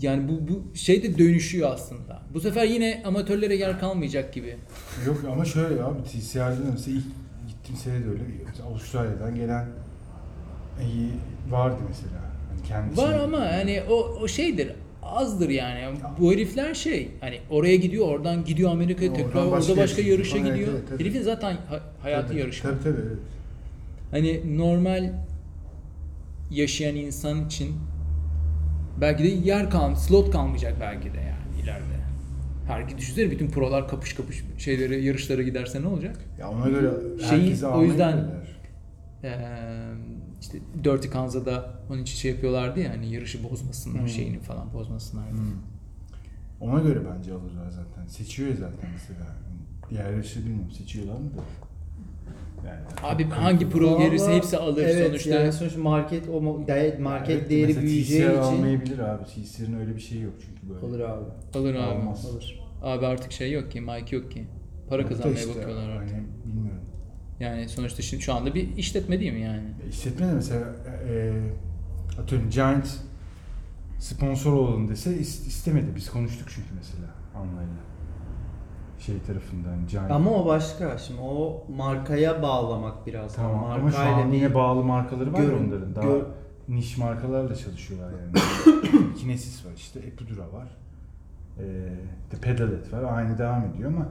Speaker 2: Yani bu, bu şey de dönüşüyor aslında. Bu sefer yine amatörlere yer kalmayacak gibi.
Speaker 4: Yok ama şöyle abi TCR'den mesela ilk gittiğim sene de öyle. Mesela Avustralya'dan gelen iyi vardı mesela. Hani kendisi.
Speaker 2: Var ama hani o, o şeydir azdır yani. Bu herifler şey hani oraya gidiyor oradan gidiyor Amerika'ya
Speaker 4: Oradan
Speaker 2: tekrar
Speaker 4: başka
Speaker 2: orada başka
Speaker 4: yarış-
Speaker 2: yarışa
Speaker 4: Evet,
Speaker 2: gidiyor.
Speaker 4: evet, evet.
Speaker 2: Herifin zaten ha- hayatı
Speaker 4: Tabii,
Speaker 2: yarışma.
Speaker 4: Tabii tabii. evet.
Speaker 2: Hani normal yaşayan insan için belki de yer kalm slot kalmayacak belki de yani ileride. Her düşünsene bütün prolar kapış kapış şeylere yarışlara giderse ne olacak?
Speaker 4: Ya ona göre
Speaker 2: Şeyi,
Speaker 4: herkesi
Speaker 2: o
Speaker 4: almaya
Speaker 2: yüzden-
Speaker 4: gidiyorlar.
Speaker 2: Ee, işte Dirty Kansas'da onun için şey yapıyorlardı ya hani yarışı bozmasınlar
Speaker 4: Hmm.
Speaker 2: şeyini falan bozmasınlar. diye.
Speaker 4: Hmm. Ona göre bence alırlar zaten. Seçiyor ya zaten mesela. Hani Diğer yarışı bilmiyorum seçiyorlar mı da. Yani
Speaker 2: Abi hangi pro gelirse
Speaker 3: Vallahi-
Speaker 2: hepsi alır
Speaker 3: evet,
Speaker 2: sonuçta.
Speaker 3: Yani sonuçta market o mo- değer- market
Speaker 4: Evet,
Speaker 3: değeri
Speaker 4: mesela
Speaker 3: büyüyeceği
Speaker 4: TCR
Speaker 3: için
Speaker 4: almayabilir abi. TCR'ın öyle bir şeyi yok çünkü böyle.
Speaker 3: olur abi.
Speaker 2: Alır abi.
Speaker 4: Almaz.
Speaker 3: Olur.
Speaker 2: Abi artık şey yok ki, Mike yok ki. Para
Speaker 4: Yok da
Speaker 2: kazanmaya
Speaker 4: işte,
Speaker 2: bakıyorlar artık.
Speaker 4: Hani bilmiyorum.
Speaker 2: Yani sonuçta şimdi şu anda bir işletme değil mi yani?
Speaker 4: Ya İşletme de mesela e, atıyorum Giants sponsor olalım dese is- istemedi. Biz konuştuk çünkü mesela Anlayla. Şey tarafından Giant.
Speaker 3: Ama o başka. Şimdi o markaya bağlamak biraz. daha.
Speaker 4: Tamam ama şu
Speaker 3: Markayla
Speaker 4: an yine
Speaker 3: bir-
Speaker 4: bağlı markaları var ya
Speaker 3: Görün-
Speaker 4: onların. Daha
Speaker 3: gör-
Speaker 4: niş markalarla çalışıyorlar yani. Kinesis var işte, Epidura var. Ee, de Pedalet var. Aynı devam ediyor ama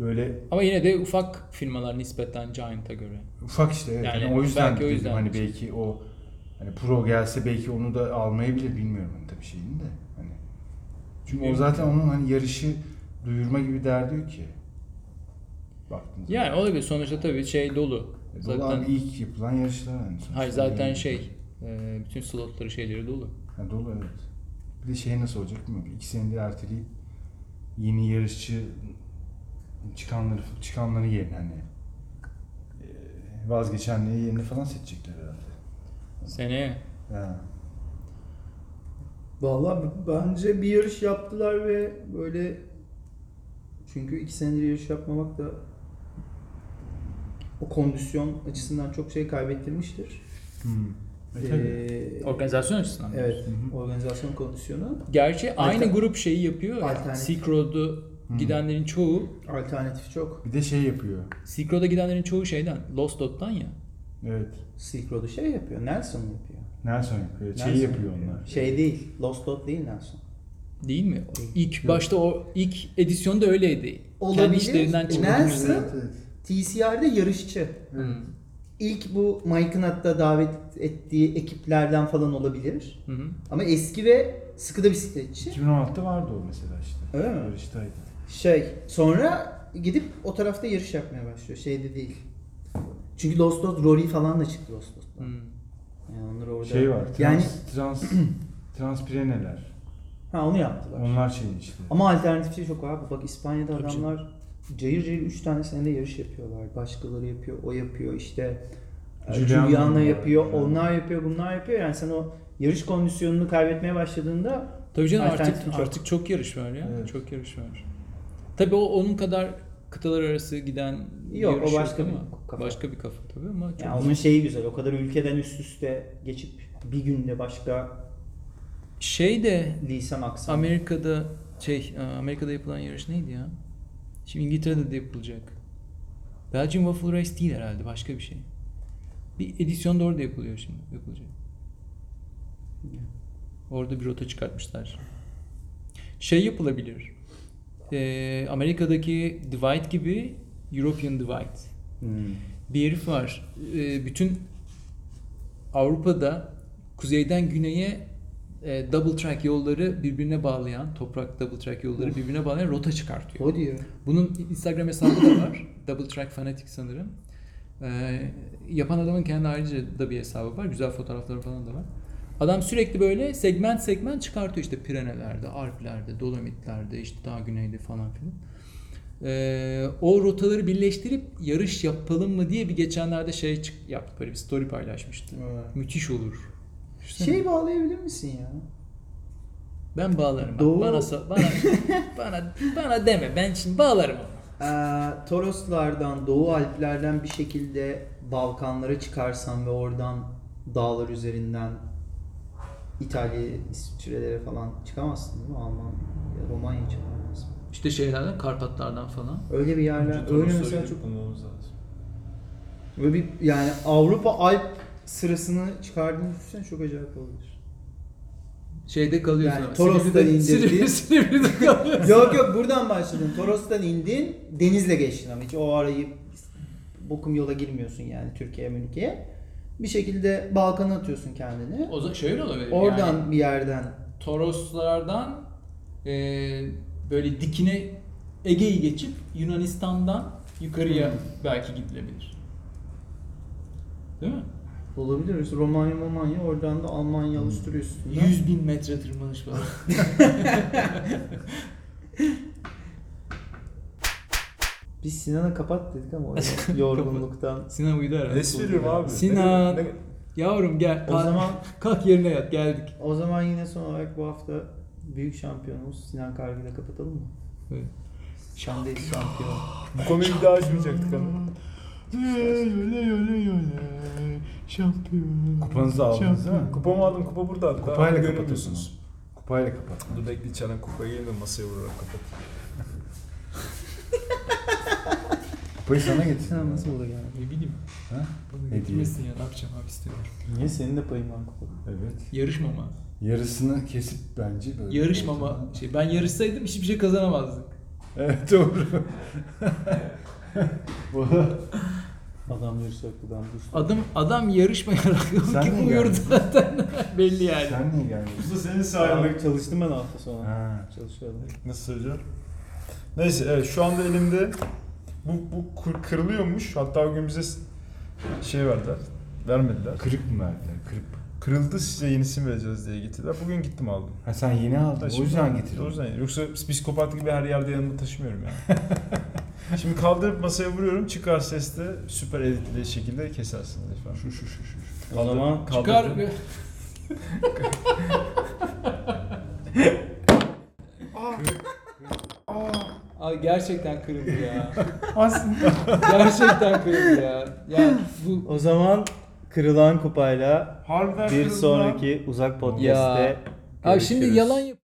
Speaker 4: Böyle
Speaker 2: Ama yine de ufak firmalar nispeten Giant'a göre.
Speaker 4: ufak işte evet.
Speaker 2: Yani
Speaker 4: Hani o yüzden
Speaker 2: belki o
Speaker 4: dedim
Speaker 2: yüzden.
Speaker 4: hani belki o hani pro gelse belki onu da almayabilir bilmiyorum hani tabii şeyini de hani. Çünkü o zaten onun hani yarışı duyurma gibi derdi yok ki. Baktığınız zaman.
Speaker 2: Yani olabilir. Sonuçta tabii şey dolu.
Speaker 4: E, dolu
Speaker 2: Zaten
Speaker 4: abi ilk yapılan yarışlar yani. sonuçta.
Speaker 2: hayır zaten
Speaker 4: Yani-
Speaker 2: şey e, bütün slotları şeyleri dolu.
Speaker 4: Ha, dolu evet. Bir de şey nasıl olacak bilmiyorum. İki senedir erteleyip yeni yarışçı çıkanları çıkanları yerine hani e, vazgeçenleri yerine falan seçecekler herhalde.
Speaker 2: Seneye
Speaker 4: Ha.
Speaker 3: Vallahi b- bence bir yarış yaptılar ve böyle çünkü iki senedir yarış yapmamak da o kondisyon açısından çok şey kaybettirmiştir.
Speaker 4: Hmm. E, tabii.
Speaker 3: Ee,
Speaker 2: organizasyon açısından.
Speaker 3: evet,
Speaker 4: Hı hı.
Speaker 3: organizasyon kondisyonu
Speaker 2: Gerçi aynı
Speaker 3: Alter-
Speaker 2: grup şeyi yapıyor. ya.
Speaker 3: Alternatif.
Speaker 2: Silk Road'u
Speaker 4: Hmm.
Speaker 2: gidenlerin çoğu
Speaker 3: alternatifi çok.
Speaker 4: Bir de şey yapıyor.
Speaker 2: Silk Road'a gidenlerin çoğu şeyden Lost Dot'tan ya.
Speaker 4: Evet.
Speaker 3: Silk Road'u şey yapıyor, Nelson yapıyor.
Speaker 4: Nelson yapıyor. Şeyi
Speaker 3: Nelson
Speaker 4: Şey yapıyor onlar.
Speaker 3: Şey değil, Lost Dot değil Nelson.
Speaker 2: Değil mi?
Speaker 3: Değil.
Speaker 2: İlk başta o ilk edisyonda öyleydi. Kendi
Speaker 3: Olabilir. E,
Speaker 2: işlerinden çıkmadı.
Speaker 3: Nerede? TCR'de yarışçı. İlk bu Mike'ın hatta davet ettiği ekiplerden falan olabilir.
Speaker 2: Hı hı.
Speaker 3: Ama eski ve sıkı da bisikletçi.
Speaker 4: 2016'da vardı o mesela işte.
Speaker 3: Öyle mi?
Speaker 4: Yarıştaydı.
Speaker 3: Şey, sonra gidip o tarafta yarış yapmaya başlıyor. Şeyde değil. Çünkü Lost Dot Rory falan da çıktı Lost Dot'tan.
Speaker 2: Hmm.
Speaker 3: Yani onlar orada.
Speaker 4: Şey var. Trans,
Speaker 3: Yani
Speaker 4: trans, transpireneler.
Speaker 3: ha onu yaptılar.
Speaker 4: Onlar şeyin işte.
Speaker 3: Ama alternatif şey çok abi. Bak İspanya'da
Speaker 2: Tabii canım.
Speaker 3: adamlar cayır cayır 3 tane senede yarış yapıyorlar. Başkaları yapıyor, o yapıyor işte. e,
Speaker 4: Julian
Speaker 3: Juliana
Speaker 4: var.
Speaker 3: yapıyor,
Speaker 4: Julian.
Speaker 3: onlar yapıyor, bunlar yapıyor. Yani sen o yarış kondisyonunu kaybetmeye başladığında
Speaker 2: Tabii canım artık
Speaker 3: Alternatif çok.
Speaker 2: artık çok yarış var ya.
Speaker 4: Evet.
Speaker 2: Çok yarış var. Tabii o onun kadar kıtalar arası giden
Speaker 3: Yok,
Speaker 2: yarış
Speaker 3: o başka
Speaker 2: ama
Speaker 3: bir kafa.
Speaker 2: başka bir kafa tabii ama çok
Speaker 3: yani onun şeyi güzel. O kadar ülkeden üst üste geçip bir günde başka
Speaker 2: şey de
Speaker 3: lisan aksan.
Speaker 2: Amerika'da şey Amerika'da yapılan yarış neydi ya? Şimdi İngiltere'de de yapılacak. Belgium Waffle Race değil herhalde başka bir şey. Bir edisyon da orada yapılıyor şimdi yapılacak. Orada bir rota çıkartmışlar. Şey yapılabilir. Ee, Amerika'daki divide gibi European divide.
Speaker 3: Hmm.
Speaker 2: Bir herif var. Ee, bütün Avrupa'da kuzeyden güneye e, double track yolları birbirine bağlayan, toprak double track yolları birbirine bağlayan rota çıkartıyor.
Speaker 3: O diyor.
Speaker 2: Bunun Instagram hesabı da var. double track fanatik sanırım. Ee, yapan adamın kendi ayrıca da bir hesabı var. Güzel fotoğrafları falan da var. Adam sürekli böyle segment segment çıkartıyor işte Pirenelerde, Alplerde, Dolomitlerde, işte daha güneyde falan filan. Ee, o rotaları birleştirip yarış yapalım mı diye bir geçenlerde şey çık yaptı böyle bir story paylaşmıştı. Müthiş olur. Düşünsene.
Speaker 3: Şey bağlayabilir misin ya?
Speaker 2: ben bağlarım.
Speaker 3: Doğu-
Speaker 2: Bana, so- bana, bana, bana deme. Ben şimdi bağlarım onu.
Speaker 3: Ee, Toroslardan, Doğu Alplerden bir şekilde Balkanlara çıkarsan ve oradan dağlar üzerinden İtalya'ya, İsviçre'lere falan çıkamazsın değil mi? Alman ya Romanya çıkamazsın.
Speaker 2: İşte şeylerden, Karpatlardan falan.
Speaker 3: Öyle bir yerler, öyle mesela çok...
Speaker 10: bulmamız lazım.
Speaker 3: Böyle bir, yani Avrupa Alp sırasını çıkardığını düşünsen çok acayip olabilir.
Speaker 2: Şeyde kalıyorsun.
Speaker 3: Yani
Speaker 2: ama.
Speaker 3: Toros'tan
Speaker 2: Silivri'de-
Speaker 3: indirdi.
Speaker 2: Silivri- Silivri'de kalıyorsun.
Speaker 3: yok yok buradan başladın. Toros'tan indin, denizle geçtin ama hiç o arayı bokum yola girmiyorsun yani Türkiye, Mülkiye. Bir şekilde Balkan'a atıyorsun kendini.
Speaker 2: O zaman şöyle olabilir.
Speaker 3: Oradan
Speaker 2: yani
Speaker 3: bir yerden
Speaker 2: Toroslardan e, böyle dikine Ege'yi geçip Yunanistan'dan yukarıya
Speaker 3: Hmm.
Speaker 2: belki gidilebilir. Değil mi?
Speaker 3: olabiliriz. Romanya, Romanya oradan da Almanya Avusturya üstünden.
Speaker 2: 100 bin metre tırmanış falan.
Speaker 3: Biz Sinan'a kapat dedik ama o yorgunluktan.
Speaker 2: Sinan uyudu herhalde.
Speaker 10: Res veriyorum abi.
Speaker 2: Sinan.
Speaker 10: Ne- ne-
Speaker 2: Yavrum gel.
Speaker 3: O
Speaker 2: kalk-
Speaker 3: zaman
Speaker 2: kalk yerine yat geldik.
Speaker 3: o zaman yine son olarak bu hafta büyük şampiyonumuz Sinan Kargı'yla kapatalım mı?
Speaker 2: Evet.
Speaker 3: Şam'dayız şampiyon.
Speaker 5: Bu konuyu bir daha açmayacaktık hanım.
Speaker 4: Kupanızı aldınız değil mi?
Speaker 5: Kupamı aldım, kupa burada hatta.
Speaker 4: Kupayla
Speaker 5: Görüyor
Speaker 4: kapatıyorsunuz.
Speaker 5: musunuz?
Speaker 4: Kupayla kapatmak.
Speaker 5: Dur bekle çana kupayı yiyeyim de masaya vurarak kapat.
Speaker 4: Kupayı sana getir.
Speaker 3: Sinan nasıl olur yani?
Speaker 2: Ne bileyim.
Speaker 4: Ha?
Speaker 2: Bana
Speaker 4: Hediye.
Speaker 2: getirmesin ya. Ne yapacağım abi istemiyorum.
Speaker 3: Niye senin de payın var kupada?
Speaker 4: Evet.
Speaker 2: Yarışmama.
Speaker 4: Yarısını kesip bence böyle.
Speaker 2: Yarışmama. Şey, ben yarışsaydım hiçbir şey kazanamazdık.
Speaker 4: Evet doğru. Bu-
Speaker 3: Adam yarışaklıdan düştü.
Speaker 2: Adam adam yarışma
Speaker 4: Sen
Speaker 2: yaratıyor ki
Speaker 4: mi
Speaker 2: bu
Speaker 4: geldin?
Speaker 2: yurdu zaten belli yani.
Speaker 4: Sen niye gelmiyorsun?
Speaker 5: Usta senin
Speaker 3: Sağlık çalıştım ben hafta sonu.
Speaker 4: Ha.
Speaker 3: Çalışıyordum.
Speaker 5: Nasıl söyleyeceğim? Neyse evet şu anda elimde bu, bu kır- kırılıyormuş. Hatta o gün bize s- şey verdiler. Vermediler.
Speaker 4: Kırık mı verdiler? Kırık.
Speaker 5: Kırıldı size yenisini vereceğiz diye getirdiler. Bugün gittim aldım.
Speaker 4: Ha sen yeni aldın. O yüzden getirdin.
Speaker 5: O yüzden. Yoksa psikopat gibi her yerde yanımda taşımıyorum yani. Şimdi kaldırıp masaya vuruyorum. Çıkar sesle süper editli şekilde kesersiniz efendim. Şu şu şu şu.
Speaker 3: O zaman
Speaker 2: Çıkar ve-
Speaker 9: Ah.
Speaker 2: Abi gerçekten kırıldı ya. Aslında. gerçekten kırıldı ya. Ya bu
Speaker 3: o zaman kırılan kupayla
Speaker 5: Harbiden
Speaker 3: bir sonraki uzak podcast'te
Speaker 9: Abi şimdi
Speaker 3: görüşürüz.
Speaker 9: yalan yap-